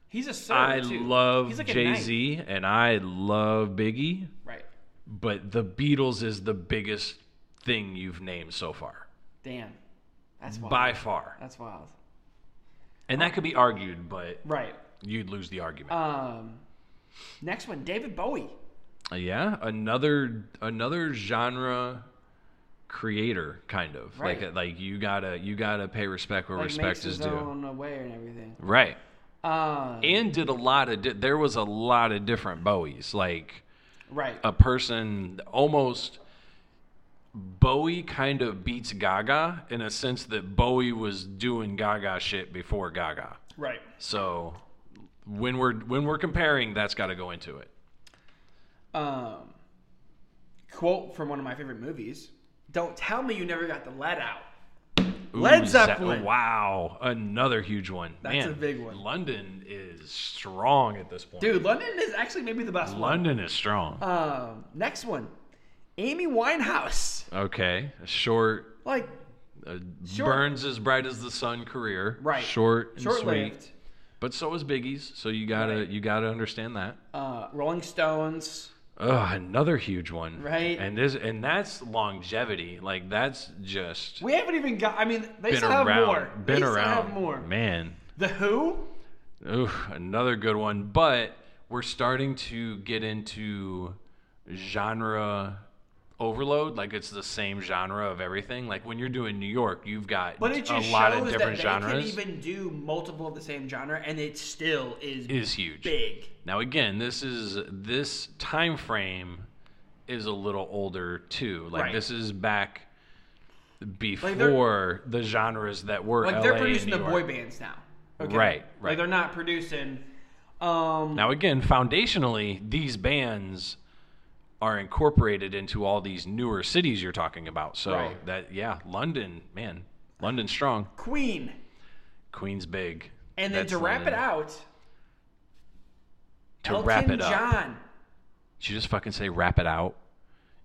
S1: He's a sir.
S2: I
S1: too.
S2: love
S1: He's like a
S2: Jay
S1: knight.
S2: Z and I love Biggie,
S1: Right.
S2: but the Beatles is the biggest thing you've named so far,
S1: Damn. That's wild.
S2: by far.
S1: That's wild.
S2: And that could be argued, but
S1: Right.
S2: you'd lose the argument.
S1: Um, next one, David Bowie. Uh,
S2: yeah, another another genre creator kind of
S1: Right.
S2: like uh, like you gotta you gotta pay respect where
S1: Like, makes
S2: respect
S1: his
S2: is due.
S1: own way and everything.
S2: Right.
S1: Um,
S2: And did a lot of di- there was a lot of different Bowies like.
S1: right.
S2: a person almost Bowie kind of beats Gaga in a sense that Bowie was doing Gaga shit before Gaga.
S1: right.
S2: So when we're when we're comparing, that's got to go into it.
S1: Um, quote from one of my favorite movies. Don't tell me you never got the lead out.
S2: Ooh,
S1: Led
S2: Ze-
S1: Zeppelin.
S2: wow, another huge one.
S1: That's
S2: Man,
S1: a big one.
S2: London is strong at this point.
S1: Dude, London is actually maybe the best one.
S2: London is strong.
S1: Um, next one, Amy Winehouse.
S2: okay, short.
S1: Like
S2: Uh,
S1: Short.
S2: Burns as bright as the sun career.
S1: right.
S2: Short and
S1: Short
S2: sweet.
S1: lived.
S2: But so is Biggie's, so you gotta
S1: Right.
S2: you gotta understand that.
S1: Uh, Rolling Stones.
S2: Ugh, another huge one.
S1: Right.
S2: And this and that's longevity. Like that's just
S1: We haven't even got. I mean, they
S2: been
S1: still have
S2: around.
S1: more.
S2: Been
S1: they
S2: around.
S1: Still have more.
S2: Man.
S1: The Who.
S2: Ooh, another good one. But we're starting to get into genre overload. Like it's the same genre of everything. Like when you're doing New York, you've got
S1: But it
S2: a
S1: just
S2: lot
S1: shows
S2: of different
S1: that
S2: genres.
S1: they can even do multiple of the same genre, and it still is
S2: is huge.
S1: big.
S2: Now again, this is this time frame is a little older too. Like
S1: Right.
S2: this is back
S1: they're-
S2: before the genres that were
S1: Like
S2: LA
S1: they're
S2: and
S1: producing
S2: New
S1: the boy
S2: York.
S1: bands now.
S2: Right,
S1: Like
S2: right.
S1: they're not producing. Um,
S2: Now again, foundationally, these bands are incorporated into all these newer cities you're talking about. So
S1: Right.
S2: that yeah, London, man, London strong,
S1: Queen,
S2: Queen's big.
S1: and then
S2: That's
S1: to wrap
S2: London.
S1: it out,
S2: to
S1: Elton
S2: wrap it up,
S1: John.
S2: Did you just fucking say wrap it out?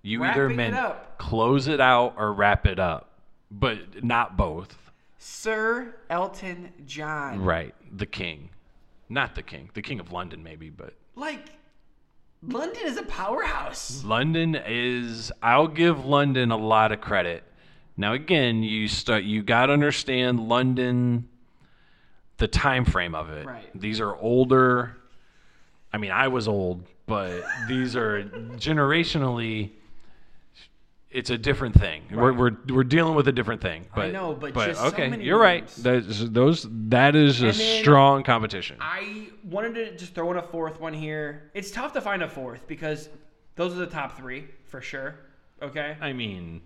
S2: You either
S1: Wrapping it
S2: meant
S1: up.
S2: close it out or wrap it up, but not both.
S1: Sir Elton John.
S2: Right. The king. Not the king. The king of London, maybe, but
S1: Like, London is a powerhouse.
S2: London is I'll give London a lot of credit. Now again, you start you gotta understand London the time frame of it.
S1: Right.
S2: These are older I mean I was old, but these are generationally it's a different thing. We're, we're we're dealing with a different thing. But,
S1: know, but just so
S2: okay,
S1: many
S2: you're right.
S1: names.
S2: That's, those that is a
S1: And then-
S2: strong competition.
S1: I wanted to just throw in a fourth one here. It's tough to find a fourth because those are the top three for sure. Okay.
S2: I mean,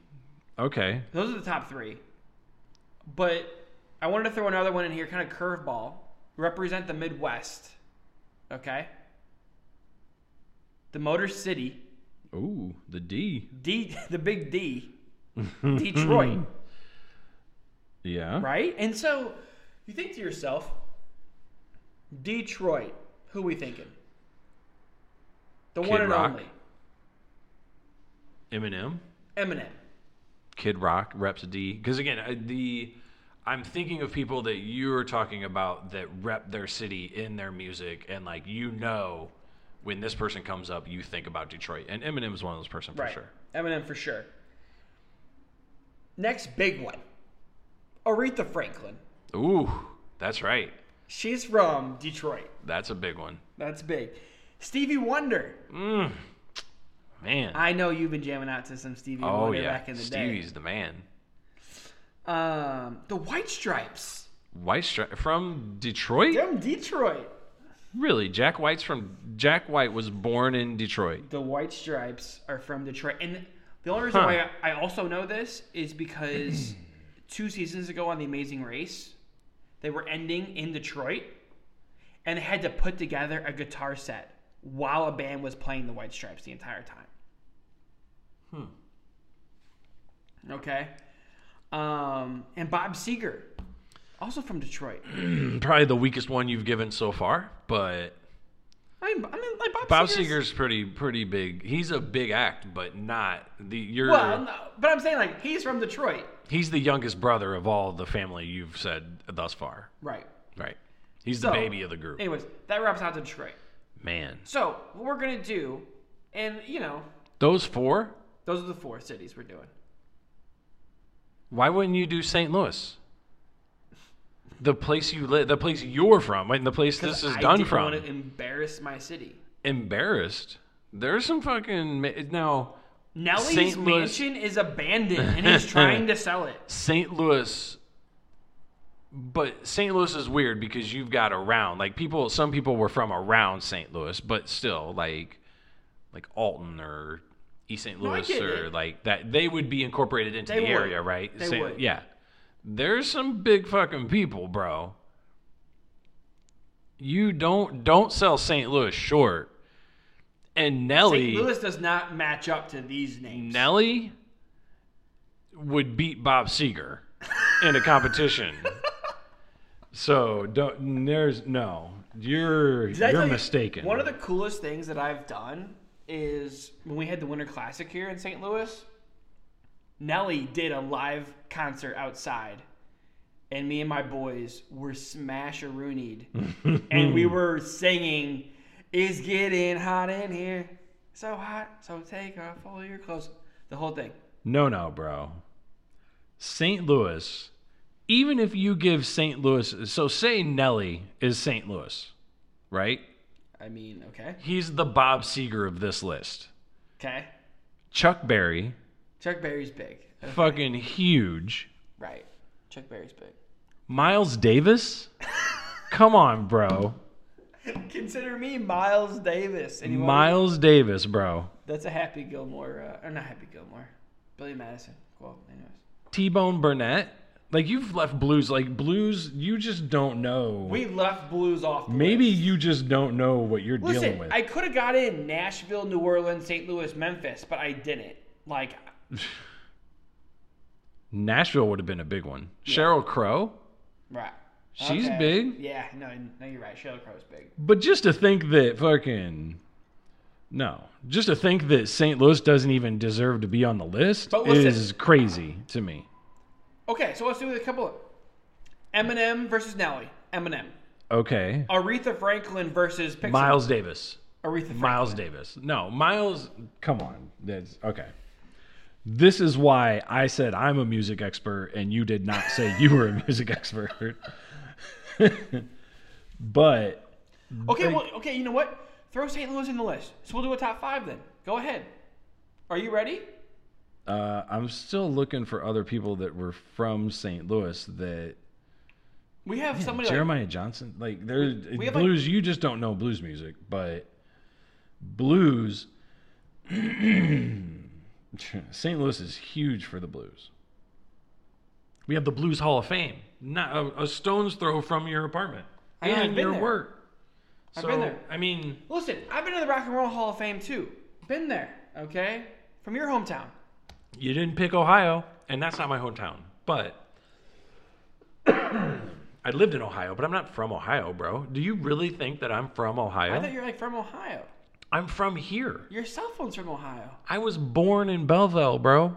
S2: okay,
S1: Those are the top three. But I wanted to throw another one in here, kind of curveball. Represent the Midwest. Okay? The Motor City.
S2: ooh, the D,
S1: D the big D. Detroit.
S2: yeah,
S1: right? And so you think to yourself, Detroit, who we thinking? The one
S2: Kid
S1: and
S2: Rock.
S1: only.
S2: Eminem.
S1: Eminem.
S2: Kid Rock reps a D because again uh, the I'm thinking of people that you're talking about that rep their city in their music and like you know when this person comes up you think about Detroit and Eminem is one of those person for
S1: right.
S2: sure.
S1: Eminem for sure. Next big one. Aretha Franklin.
S2: Ooh, that's right.
S1: She's from Detroit.
S2: That's a big one.
S1: That's big. Stevie Wonder.
S2: Mm. Man.
S1: I know you've been jamming out to some Stevie
S2: oh
S1: Wonder
S2: yeah.
S1: back in the
S2: Stevie's the man.
S1: day. Um, the White Stripes
S2: White Stri- from Detroit?
S1: from Detroit.
S2: Really? Jack White's from Jack White was born in Detroit.
S1: The White Stripes are from Detroit, and the only reason
S2: Huh.
S1: why I also know this is because two seasons ago on The Amazing Race, they were ending in Detroit, and they had to put together a guitar set while a band was playing the White Stripes the entire time. Hmm. Okay. Um, and Bob Seger, also from Detroit.
S2: Probably the weakest one you've given so far, but
S1: I mean, I mean like Bob,
S2: Bob
S1: Seger's-
S2: Seger's pretty pretty big. He's a big act, but not the you're
S1: Well, no, but I'm saying like he's from Detroit,
S2: he's the youngest brother of all the family you've said thus far.
S1: right?
S2: Right. He's
S1: So,
S2: the baby of the group.
S1: Anyways, that wraps out to Detroit.
S2: Man.
S1: So what we're gonna do, and you know,
S2: Those four?
S1: those are the four cities we're doing.
S2: Why wouldn't you do St. Louis? The place you live, the place you're from, and the place this is
S1: I
S2: done
S1: didn't
S2: from.
S1: Want to embarrass my city.
S2: Embarrassed. There's some fucking ma- now.
S1: Nelly's
S2: St. Louis-
S1: mansion is abandoned, and he's trying to sell it.
S2: St. Louis, but St. Louis is weird because you've got around like people. Some people were from around St. Louis, but still like like Alton or East St.
S1: I
S2: Louis
S1: get
S2: or
S1: it.
S2: like that. They would be incorporated into
S1: They
S2: the
S1: would.
S2: area, right?
S1: They would.
S2: Yeah, there's some big fucking people, bro. You don't don't sell St. Louis short. And Nelly,
S1: St. Louis does not match up to these names.
S2: Nelly would beat Bob Seger in a competition. so don't there's no. You're
S1: Did I
S2: you're
S1: tell you-
S2: mistaken.
S1: One of the coolest things that I've done is when we had the Winter Classic here in St. Louis, Nelly did a live concert outside, and me and my boys were smash a and we were singing, It's getting hot in here. So hot, so take off all your clothes. The whole thing.
S2: No no, bro. St. Louis, even if you give St. Louis so say Nelly is St. Louis, right?
S1: I mean, okay.
S2: He's the Bob Seger of this list.
S1: Okay.
S2: Chuck Berry,
S1: Chuck Berry's big.
S2: fucking huge.
S1: Right. Chuck Berry's big.
S2: Miles Davis? Come on, bro.
S1: Consider me Miles Davis. Anyone?
S2: Miles Davis, bro.
S1: That's a Happy Gilmore, uh, or not Happy Gilmore, Billy Madison quote. Anyways,
S2: T Bone Burnett. Like you've left blues. Like blues, you just don't know.
S1: we left blues off. The
S2: Maybe
S1: list.
S2: you just don't know what you're dealing
S1: listen.
S2: with.
S1: I could have got in Nashville, New Orleans, St. Louis, Memphis, but I didn't. Like,
S2: Nashville would have been a big one. Cheryl Crow,
S1: right?
S2: she's
S1: Okay.
S2: big.
S1: Yeah. No, no, you're right. Sheryl Crow's big.
S2: But just to think that fucking no, just to think that St. Louis doesn't even deserve to be on the list
S1: But listen-
S2: is crazy to me.
S1: Okay, so let's do a couple. Of, Eminem versus Nelly. Eminem.
S2: Okay,
S1: Aretha Franklin versus Pixel.
S2: Miles Davis.
S1: Aretha Franklin.
S2: Miles Davis. No, Miles. Come on. That's okay. This is why I said I'm a music expert, and you did not say you were a music expert. but
S1: Okay, well, okay. You know what? Throw St. Louis in the list. So we'll do a top five then. Go ahead. Are you ready?
S2: uh, I'm still looking for other people that were from St. Louis that
S1: We have somebody like
S2: Jeremiah Johnson. Like there
S1: we have, like-
S2: blues. you just don't know blues music, but blues. St. Louis is huge for the blues. We have the Blues Hall of Fame, not a, a stone's throw from your apartment
S1: I know, I've
S2: and
S1: been
S2: your
S1: there.
S2: work. So,
S1: been there.
S2: I mean,
S1: Listen, I've been to the Rock and Roll Hall of Fame too. Been there, okay? From your hometown.
S2: you didn't pick Ohio, and that's not my hometown, but. I lived in Ohio, but I'm not from Ohio, bro. Do you really think that I'm from
S1: I thought
S2: Ohio?
S1: you were like from Ohio.
S2: I'm from here.
S1: Your cell phone's from Ohio.
S2: I was born in Belleville, bro.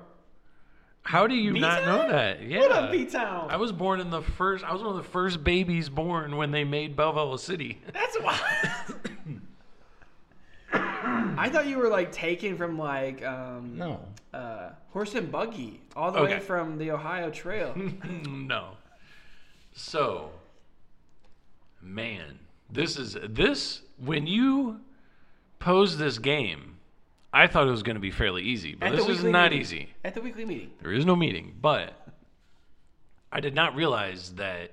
S2: How do you not
S1: B-Town?
S2: know that? Yeah.
S1: What up, B Town?
S2: I was born in the first. I was one of the first babies born when they made Belleville a city.
S1: That's why. I thought you were like taken from like um,
S2: No.
S1: uh, horse and buggy all the way
S2: Okay.
S1: from the Ohio Trail.
S2: no. So, man, this is this when you posed this game. I thought it was going to be fairly easy, but
S1: At the
S2: this is
S1: weekly
S2: not
S1: meeting.
S2: easy.
S1: At the weekly meeting.
S2: There is no meeting, but I did not realize that.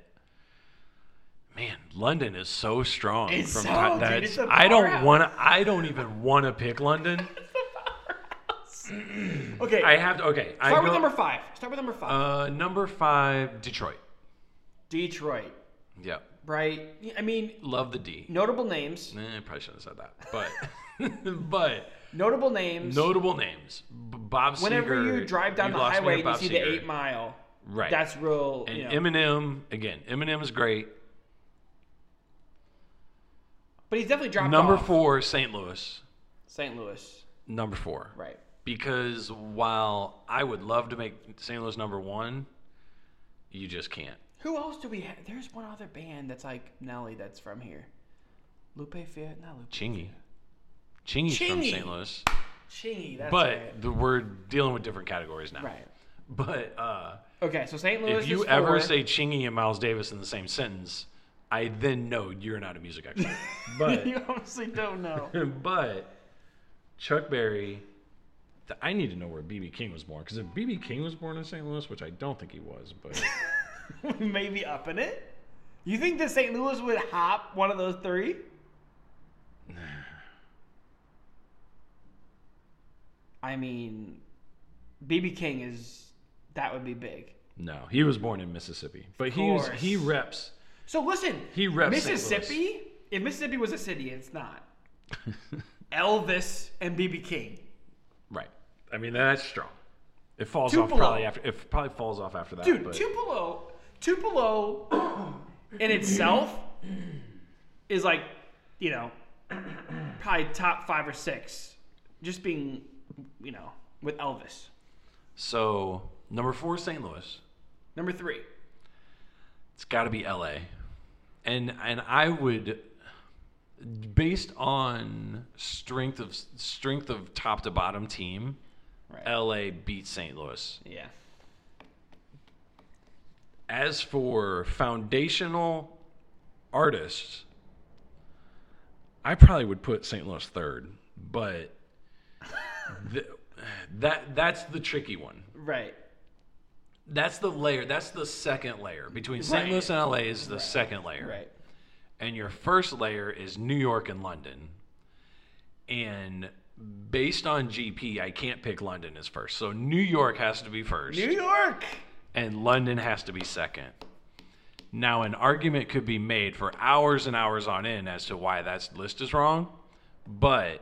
S2: Man, London is so strong.
S1: It's so,
S2: ti-
S1: dude,
S2: that's-
S1: it's a
S2: I don't
S1: powerhouse.
S2: want to. I don't even want to pick London.
S1: Okay.
S2: I have to. Okay, I
S1: start with
S2: go-
S1: number five. Start with number five.
S2: Uh, number five, Detroit.
S1: Detroit,
S2: Yeah,
S1: right? I mean,
S2: love the D.
S1: notable names.
S2: Eh, I probably shouldn't have said that, but but
S1: Notable names.
S2: notable names. B- Bob
S1: Whenever
S2: Seger.
S1: you drive down
S2: you
S1: the
S2: lost me
S1: highway
S2: at
S1: and you
S2: Bob
S1: see
S2: Seger.
S1: the eight mile,
S2: Right.
S1: that's real.
S2: and
S1: you know.
S2: Eminem again. Eminem is great.
S1: but he's definitely dropped
S2: Number
S1: off.
S2: four, St. Louis.
S1: St. Louis,
S2: Number four.
S1: right?
S2: because while I would love to make St. Louis number one, you just can't.
S1: Who else do we have? There's one other band that's like Nelly that's from here. Lupe Fiat, not Lupe.
S2: Chingy. Chingy's from
S1: Chingy.
S2: St. Louis.
S1: Chingy, that's
S2: But
S1: right.
S2: the, we're dealing with different categories now.
S1: Right.
S2: But uh,
S1: Okay, so St. Louis.
S2: if you
S1: is
S2: ever
S1: four.
S2: say Chingy and Miles Davis in the same sentence, I then know you're not a music expert. but
S1: you obviously don't know.
S2: but Chuck Berry, th- I need to know where BB King was born because if BB King was born in St. Louis, which I don't think he was, but
S1: Maybe up in it. You think that St. Louis would hop one of those three? I mean, BB King is that would be big.
S2: no, he was born in Mississippi. But he's
S1: course.
S2: he reps.
S1: So listen,
S2: He reps St.
S1: Mississippi. If Mississippi was a city, it's not. Elvis and BB King.
S2: Right. I mean that's strong. It falls off
S1: Tupelo.
S2: probably after. It probably falls off after that.
S1: Dude,
S2: but
S1: Tupelo, Tupelo in itself is like, you know, probably top five or six. Just being, you know, with Elvis.
S2: so number four, St. Louis.
S1: Number three.
S2: It's got to be L.A. And and I would, based on strength of strength of top to bottom team,
S1: Right.
S2: L.A. beats St. Louis.
S1: yeah.
S2: As for foundational artists, I probably would put St. Louis third, but th- that that's the tricky one.
S1: Right.
S2: That's the layer. That's the second layer between St.
S1: Right.
S2: Louis and LA is the second layer.
S1: Right.
S2: and your first layer is New York and London. And based on GP, I can't pick London as first. So New York has to be first,
S1: New York.
S2: and London has to be second. Now, an argument could be made for hours and hours on end as to why that list is wrong, but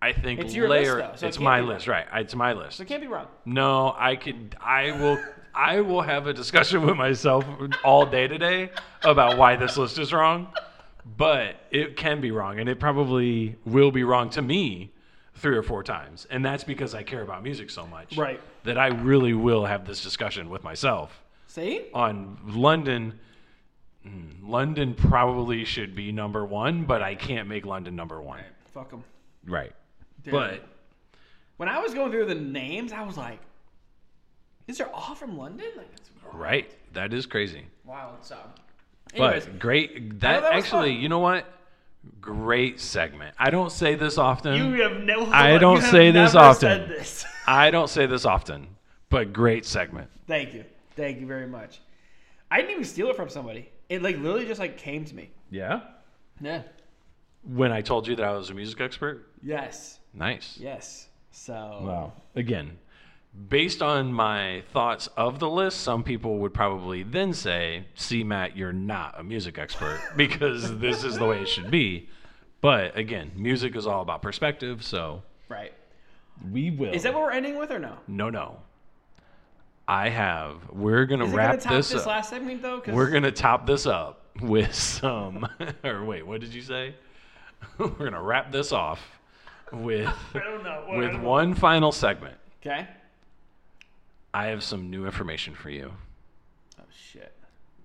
S2: I think
S1: It's your list,
S2: layer
S1: though, so it
S2: it's
S1: can't
S2: my
S1: be wrong.
S2: list, right? It's my list.
S1: So it can't be wrong.
S2: No, I could. I will. I will have a discussion with myself all day today about why this list is wrong. But it can be wrong, and it probably will be wrong to me three or four times, and that's because I care about music so much.
S1: Right.
S2: That I really will have this discussion with myself
S1: See?
S2: on London. mm, London probably should be number one, but I can't make London number one.
S1: Fuck them.
S2: Right. But
S1: When I was going through the names, I was like, these are all from London? Like, that's
S2: right, that is crazy.
S1: wild. So, anyways,
S2: But great. That,
S1: that was
S2: actually,
S1: fun.
S2: you know what? Great segment. I don't say this often.
S1: you have no.
S2: I
S1: you
S2: don't
S1: have
S2: say this
S1: never
S2: often.
S1: said this.
S2: I don't say this often, but great segment.
S1: Thank you. Thank you very much. I didn't even steal it from somebody. It like literally just like came to me.
S2: Yeah.
S1: Yeah.
S2: When I told you that I was a music expert,
S1: Yes.
S2: nice.
S1: Yes. So
S2: Wow. Again, based on my thoughts of the list, some people would probably then say, "See, Matt, you're not a music expert because this is the way it should be." But again, music is all about perspective, so
S1: right.
S2: we will.
S1: Is that what we're ending with or no?
S2: No, no. I have. We're gonna
S1: Is it
S2: wrap
S1: gonna top this,
S2: up.
S1: last segment though? Because
S2: We're gonna top this up with some. or wait, what did you say? we're gonna wrap this off with
S1: I don't know. What-
S2: with one final segment.
S1: Okay.
S2: I have some new information for you.
S1: Oh shit.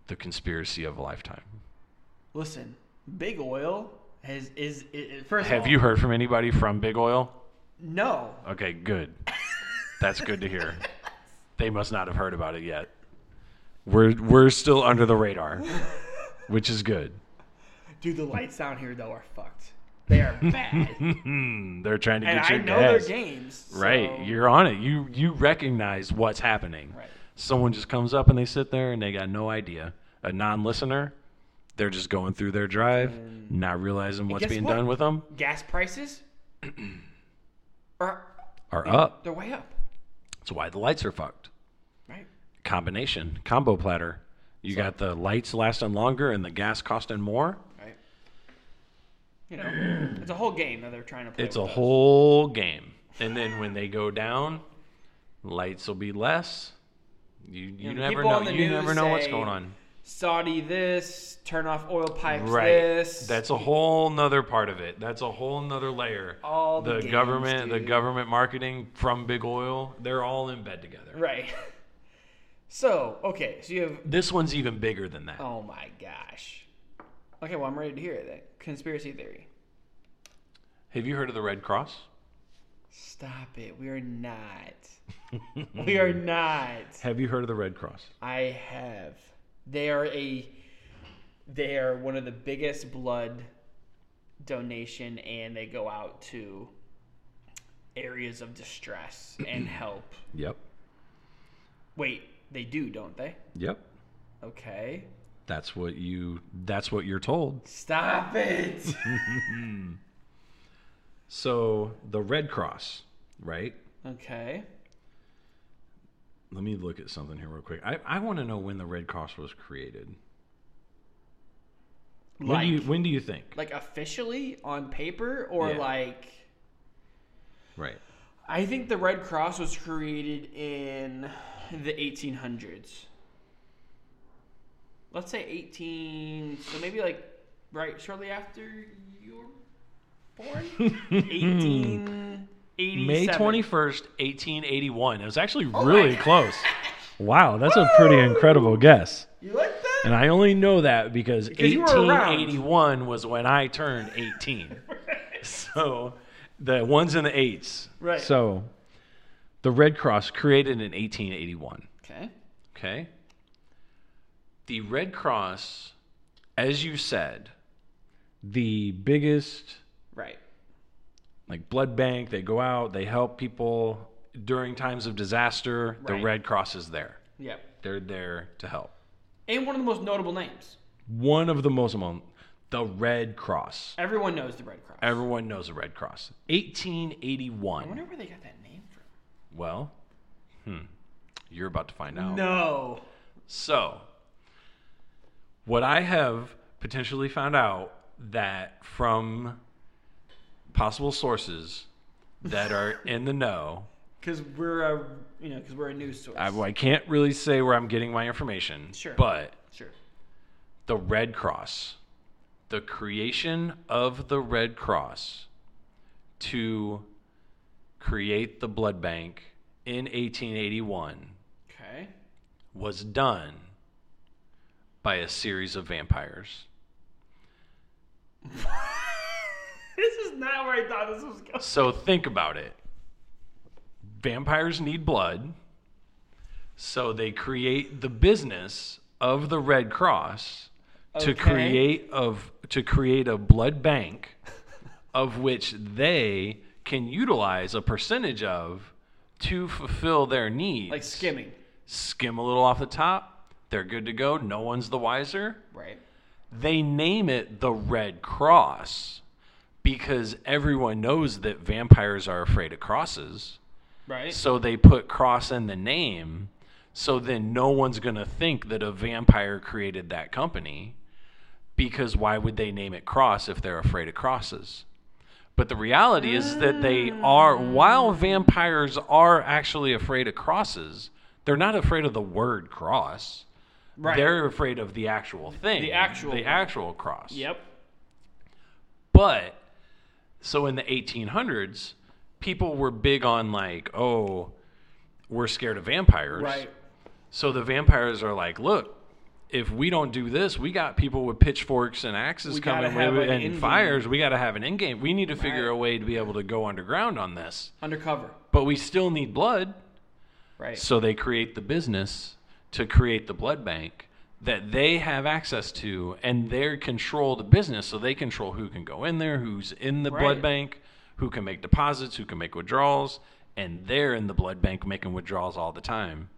S2: The conspiracy of a lifetime.
S1: Listen, Big Oil has is, is, is first. of
S2: Have
S1: all,
S2: you heard from anybody from Big Oil?
S1: No.
S2: Okay, good. That's good to hear. They must not have heard about it yet. We're we're still under the radar, which is good.
S1: Dude, the lights down here though are fucked. They are bad, and
S2: Mm, they're trying to get
S1: I
S2: your
S1: know
S2: gas.
S1: their games.
S2: Right,
S1: so-
S2: you're on it. You you recognize what's happening.
S1: Right.
S2: Someone just comes up and they sit there and they got no idea. A non-listener, they're just going through their drive, not realizing what's
S1: guess
S2: being
S1: what?
S2: done with them.
S1: gas prices are
S2: Are up.
S1: they're way up,
S2: That's why the lights are fucked.
S1: right?
S2: Combination combo platter. You got the lights lasting longer and the gas costing more.
S1: Right. You know, it's a whole game that they're trying to play.
S2: It's
S1: with
S2: a
S1: us.
S2: whole game. And then when they go down, lights will be less. You you,
S1: the
S2: never
S1: people
S2: know.
S1: on the
S2: You never
S1: news
S2: know what's
S1: say-
S2: going on.
S1: Saudi this, turn off oil pipes
S2: right
S1: this.
S2: that's a whole nother part of it that's a whole nother layer
S1: All the games,
S2: government the
S1: dude.
S2: government marketing from big oil they're all in bed together
S1: right. So, okay, so you have.
S2: This one's even bigger than that.
S1: Oh my gosh. Okay, well, I'm ready to hear it then. Conspiracy theory.
S2: Have you heard of the Red Cross?
S1: Stop it. We are not. we are not.
S2: Have you heard of the Red Cross?
S1: I have. They are a they are one of the biggest blood donation and they go out to areas of distress and help.
S2: Yep.
S1: Wait, they do, don't they?
S2: Yep.
S1: Okay.
S2: That's what you that's what you're told.
S1: Stop it.
S2: So, the Red Cross, right?
S1: okay.
S2: Let me look at something here real quick. I, I want to know when the Red Cross was created. When
S1: Like
S2: do you when do you think?
S1: like officially on paper or
S2: Yeah.
S1: like
S2: Right.
S1: I think the Red Cross was created in the 1800s. Let's say 18, so maybe like right shortly after you were born. 1887.
S2: May 21st, 1881. It was actually
S1: Oh my
S2: really
S1: God.
S2: close. Wow, that's a pretty incredible guess.
S1: You like that?
S2: And I only know that because,
S1: you were around.
S2: 1881 was when I turned 18. So the ones and the eights.
S1: Right.
S2: So the Red Cross created in 1881.
S1: Okay.
S2: Okay. The Red Cross, as you said, the biggest
S1: Right.
S2: like blood bank. They go out, they help people during times of disaster. The
S1: Right.
S2: Red Cross is there.
S1: Yep.
S2: They're there to help.
S1: And one of the most notable names.
S2: One of the most among the Red Cross.
S1: Everyone knows the Red Cross.
S2: Everyone knows the Red Cross.
S1: I
S2: 1881.
S1: wonder where they got that name from.
S2: Well, hmm. You're about to find out.
S1: No.
S2: So, what I have potentially found out that from possible sources that are in the know,
S1: Because we're a, you know, because we're a news source.
S2: I, I can't really say where I'm getting my information,
S1: Sure.
S2: but
S1: sure.
S2: the Red Cross, the creation of the Red Cross to create the blood bank in 1881
S1: Okay.
S2: was done by a series of vampires.
S1: this is not where I thought this was going.
S2: So think about it. Vampires need blood. So they create the business of the Red Cross
S1: Okay.
S2: to create of to create a blood bank of which they can utilize a percentage of to fulfill their needs.
S1: Like skimming.
S2: skim a little off the top. They're good to go. No one's the wiser
S1: Right.
S2: they name it the Red Cross because everyone knows that vampires are afraid of crosses.
S1: Right.
S2: So they put cross in the name. So then no one's going to think that a vampire created that company because why would they name it cross if they're afraid of crosses? But the reality is that they are, while vampires are actually afraid of crosses, they're not afraid of the word cross.
S1: Right.
S2: They're afraid of the actual thing.
S1: The actual
S2: the
S1: one.
S2: actual cross.
S1: Yep.
S2: But so in the 1800s, people were big on like, oh, we're scared of vampires.
S1: Right.
S2: So the vampires are like, look, if we don't do this, we got people with pitchforks and axes
S1: We gotta
S2: coming
S1: have
S2: with-
S1: an
S2: and
S1: end game.
S2: fires. We got to have an end game. We need to figure
S1: Right.
S2: a way to be able to go underground on this.
S1: Undercover.
S2: But we still need blood.
S1: Right.
S2: So they create the business to create the blood bank that they have access to and they control the business. So they control who can go in there, who's in the
S1: Right.
S2: blood bank, who can make deposits, who can make withdrawals. And they're in the blood bank making withdrawals all the time.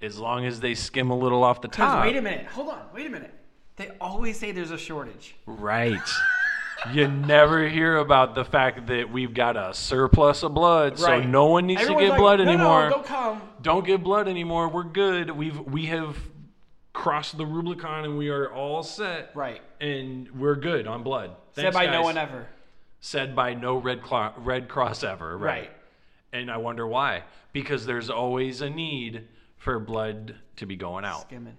S2: As long as they skim a little off the
S1: 'Cause
S2: top.
S1: wait a minute. Hold on. Wait a minute. They always say there's a shortage.
S2: Right. You never hear about the fact that we've got a surplus of blood, so
S1: Right.
S2: no one needs
S1: Everyone's
S2: to
S1: like,
S2: get blood
S1: "No, no,
S2: anymore.
S1: don't come.
S2: don't give blood anymore. We're good. We've we have crossed the Rubicon and we are all set.
S1: Right.
S2: And we're good on blood.
S1: Said
S2: Thanks,
S1: by no
S2: guys.
S1: one ever.
S2: Said by no Red Clo- Red Cross ever. Right.
S1: Right.
S2: And I wonder why. Because there's always a need for blood to be going out,
S1: Skimming.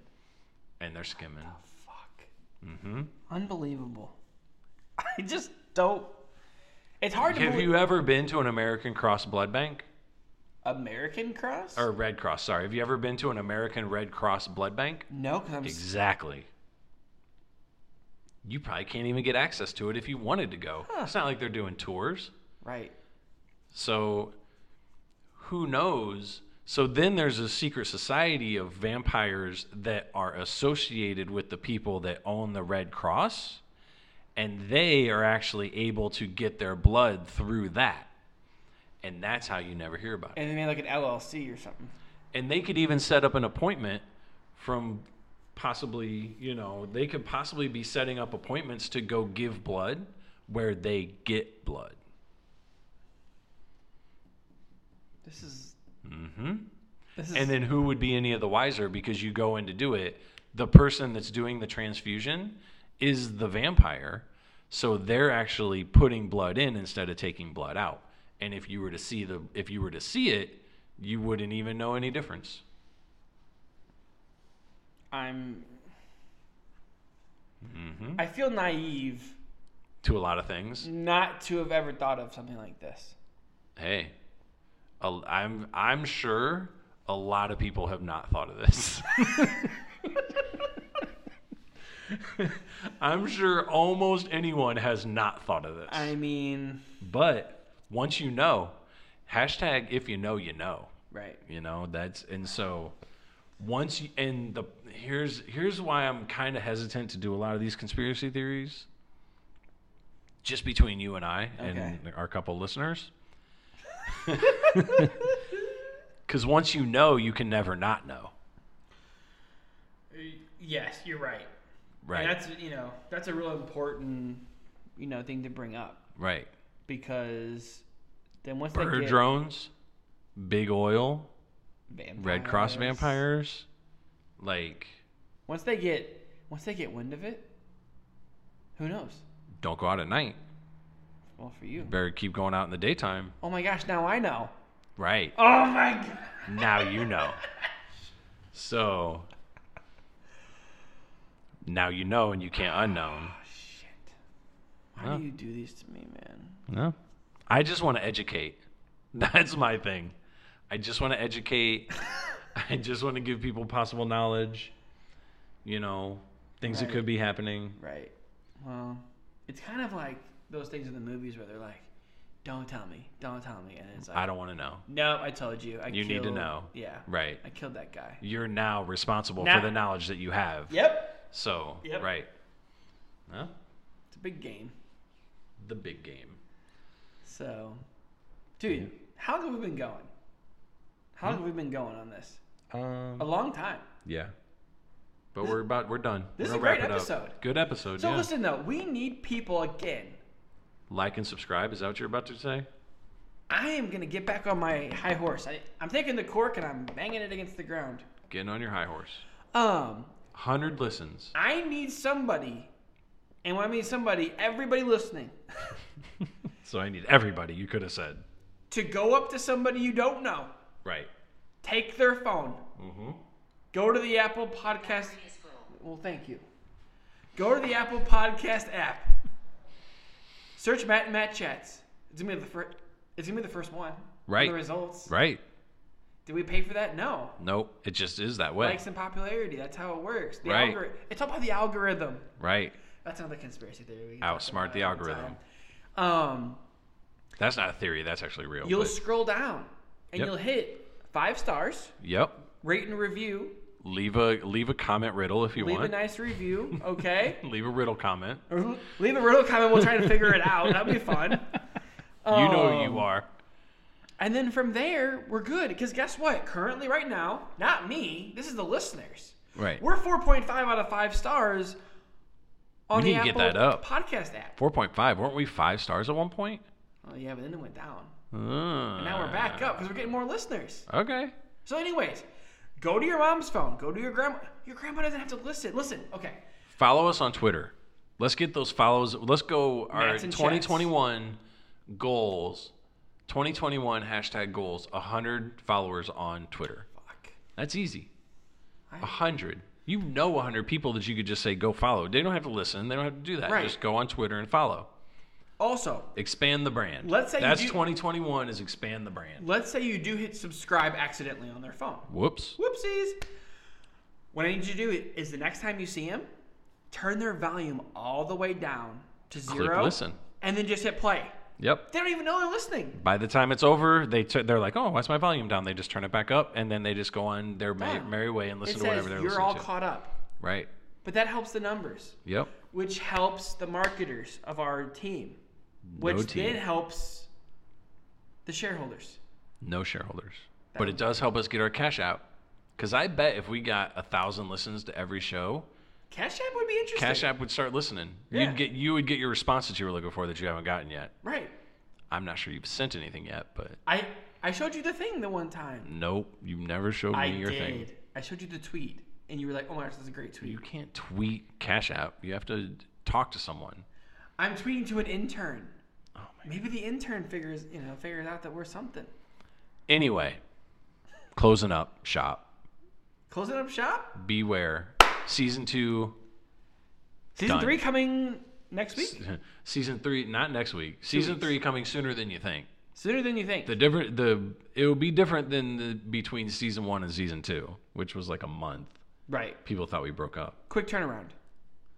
S2: and they're skimming.
S1: Fuck. Mm-hmm. Unbelievable. I just don't. It's hard to
S2: Have
S1: believe.
S2: you ever been to an American Cross blood bank?
S1: American Cross?
S2: or Red Cross. Sorry, have you ever been to an American Red Cross blood bank?
S1: no, because I'm. s-
S2: Exactly. You probably can't even get access to it if you wanted to go. It's not like they're doing tours.
S1: right.
S2: So who knows? So then there's a secret society of vampires that are associated with the people that own the Red Cross, and they are actually able to get their blood through that. And that's how you never hear about it.
S1: And they made like an LLC or something.
S2: And they could even set up an appointment from possibly, you know, they could possibly be setting up appointments to go give blood where they get blood.
S1: This is.
S2: hmm
S1: This is.
S2: And then who would be any of the wiser because you go in to do it? The person that's doing the transfusion is the vampire. So they're actually putting blood in instead of taking blood out. And if you were to see the if you were to see it, you wouldn't even know any difference.
S1: I'm.
S2: Mm-hmm.
S1: I feel naive
S2: To a lot of things.
S1: not to have ever thought of something like this.
S2: Hey. a- I'm I'm sure a lot of people have not thought of this. I'm sure almost anyone has not thought of this.
S1: I mean,
S2: But once you know, hashtag if you know, you know.
S1: right.
S2: You know, that's and so once you and the here's here's why I'm kinda hesitant to do a lot of these conspiracy theories. Just between you and I and our couple listeners. Cause once you know, you can never not know.
S1: Uh, Yes, you're right.
S2: Right.
S1: And that's you know that's a real important you know thing to bring up
S2: right.
S1: because then once they
S2: Bird
S1: get
S2: drones, big oil, Red Cross
S1: vampires-
S2: vampires. Like,
S1: once they get once they get wind of it, who knows?
S2: don't go out at night.
S1: Well, for you.
S2: Better keep going out in the daytime.
S1: Oh my gosh! Now I know.
S2: Right.
S1: Oh my god!
S2: Now you know. So now you know and you can't unknown.
S1: Oh, shit! Why
S2: Huh.
S1: do you do these to me, man?
S2: No. I just want to educate. That's my thing. I just want to educate. I just want to give people possible knowledge, you know, things that
S1: Right.
S2: could be happening.
S1: Right. Well, it's kind of like those things in the movies where they're like, "Don't tell me, don't tell me," and it's like,
S2: I don't want to know.
S1: "Nope, I told you. I
S2: You need to
S1: killed-
S2: know.
S1: Yeah,
S2: Right.
S1: I killed that guy."
S2: You're now responsible
S1: Now-
S2: for the knowledge that you have.
S1: Yep.
S2: So,
S1: Yep.
S2: right. Huh?
S1: It's a big game.
S2: The big game.
S1: So, dude, how long have we been going? How
S2: Hmm?
S1: long have we been going on this?
S2: Um,
S1: A long time.
S2: Yeah. But we're about we're done.
S1: this
S2: we're
S1: is a
S2: gonna
S1: great
S2: wrap it up.
S1: episode.
S2: Good episode.
S1: So
S2: yeah.
S1: listen though, we need people again.
S2: Like and subscribe. Is that what you're about to say?
S1: I am gonna get back on my high horse. I, I'm taking the cork and I'm banging it against the ground.
S2: Getting on your high horse.
S1: Um,
S2: Hundred listens.
S1: I need somebody, and when I mean somebody, everybody listening,
S2: So I need everybody. You could have said
S1: to go up to somebody you don't know,
S2: right.
S1: take their phone,
S2: Mm-hmm.
S1: go to the Apple Podcast. Well, thank you. Go to the Apple Podcast app. Search Matt and Matt chats. It's gonna be the first. It's gonna be the first one.
S2: Right.
S1: The results.
S2: Right.
S1: Did we pay for that? No.
S2: Nope. It just is that way.
S1: Likes and popularity. That's how it works. The
S2: Right.
S1: algori- It's all about the algorithm.
S2: Right.
S1: That's another conspiracy theory. we can talk
S2: Outsmart
S1: about
S2: the
S1: all
S2: algorithm.
S1: time. Um,
S2: That's not a theory. That's actually real.
S1: you'll
S2: but-
S1: scroll down and
S2: Yep.
S1: you'll hit five stars.
S2: yep.
S1: Rate and review.
S2: Leave a leave a comment riddle if you
S1: Leave a
S2: want.
S1: nice review. Okay.
S2: leave a riddle comment.
S1: Or Leave a riddle comment. We'll try to figure it out. That'd be fun.
S2: you know who
S1: Um,
S2: you are.
S1: And then from there, we're good. Because guess what? Currently, right now, not me. This is the listeners.
S2: Right.
S1: We're 4.5 out of five stars on
S2: We
S1: the
S2: need to
S1: Apple
S2: get that up.
S1: podcast app.
S2: Four point five. Weren't we five stars at one point?
S1: Oh yeah, but then it went down.
S2: And
S1: Now we're back
S2: Ah.
S1: up because we're getting more listeners.
S2: Okay.
S1: So, anyways, go to your mom's phone. Go to your grandma. Your grandma doesn't have to listen. Listen. Okay.
S2: Follow us on Twitter. Let's get those follows. Let's go our
S1: Mats and
S2: 2021 goals. 2021 hashtag goals. 100 followers on Twitter.
S1: Fuck.
S2: That's easy.
S1: I-
S2: 100. You know 100 people that you could just say go follow. They don't have to listen. They don't have to do that.
S1: Right.
S2: Just go on Twitter and follow.
S1: Also,
S2: Expand the brand.
S1: Let's say you
S2: that's
S1: do-
S2: 2021 is expand the brand.
S1: let's say you do hit subscribe accidentally on their phone.
S2: Whoops.
S1: Whoopsies. What I need you to do is the next time you see them, turn their volume all the way down to zero.
S2: listen.
S1: And then just hit play.
S2: Yep.
S1: They don't even know they're listening.
S2: By the time it's over, they t- they're like, oh, why's my volume down? They just turn it back up, and then they just go on their ma-
S1: Yeah.
S2: merry way and listen
S1: it
S2: to
S1: says
S2: whatever they're
S1: you're
S2: listening
S1: all
S2: to.
S1: caught up.
S2: right.
S1: But that helps the numbers,
S2: Yep.
S1: which helps the marketers of our team, which
S2: team.
S1: then helps the shareholders.
S2: No shareholders. But it does help us get our cash out. Because I bet if we got a thousand listens to every show,
S1: Cash App would be interesting.
S2: Cash App would start listening.
S1: Yeah.
S2: You'd get you would get your response that you were looking for that you haven't gotten yet.
S1: Right.
S2: I'm not sure you've sent anything yet, but
S1: I I showed you the thing the one time.
S2: nope, you never showed me
S1: I
S2: your
S1: did.
S2: thing.
S1: I showed you the tweet, and you were like, "Oh my gosh, that's a great tweet."
S2: You can't tweet Cash App. You have to talk to someone.
S1: I'm tweeting to an intern.
S2: Oh my.
S1: Maybe the intern figures, you know, figures out that we're something.
S2: Anyway, closing up shop.
S1: Closing up shop.
S2: Beware. Season two.
S1: Season
S2: Done.
S1: three coming next week.
S2: Season three, not next week. Season
S1: weeks.
S2: three coming sooner than you think.
S1: Sooner than you think.
S2: The different the it will be different than the between season one and season two, which was like a month.
S1: right.
S2: People thought we broke up.
S1: Quick turnaround.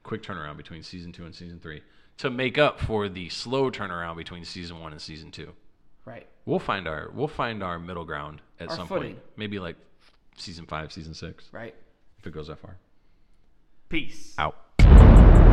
S2: quick turnaround between season two and season three to make up for the slow turnaround between season one and season two.
S1: Right.
S2: We'll find our we'll find our middle ground at
S1: Our
S2: some
S1: footing.
S2: point. Maybe like season five, season six,
S1: Right.
S2: if it goes that far.
S1: Peace.
S2: Out.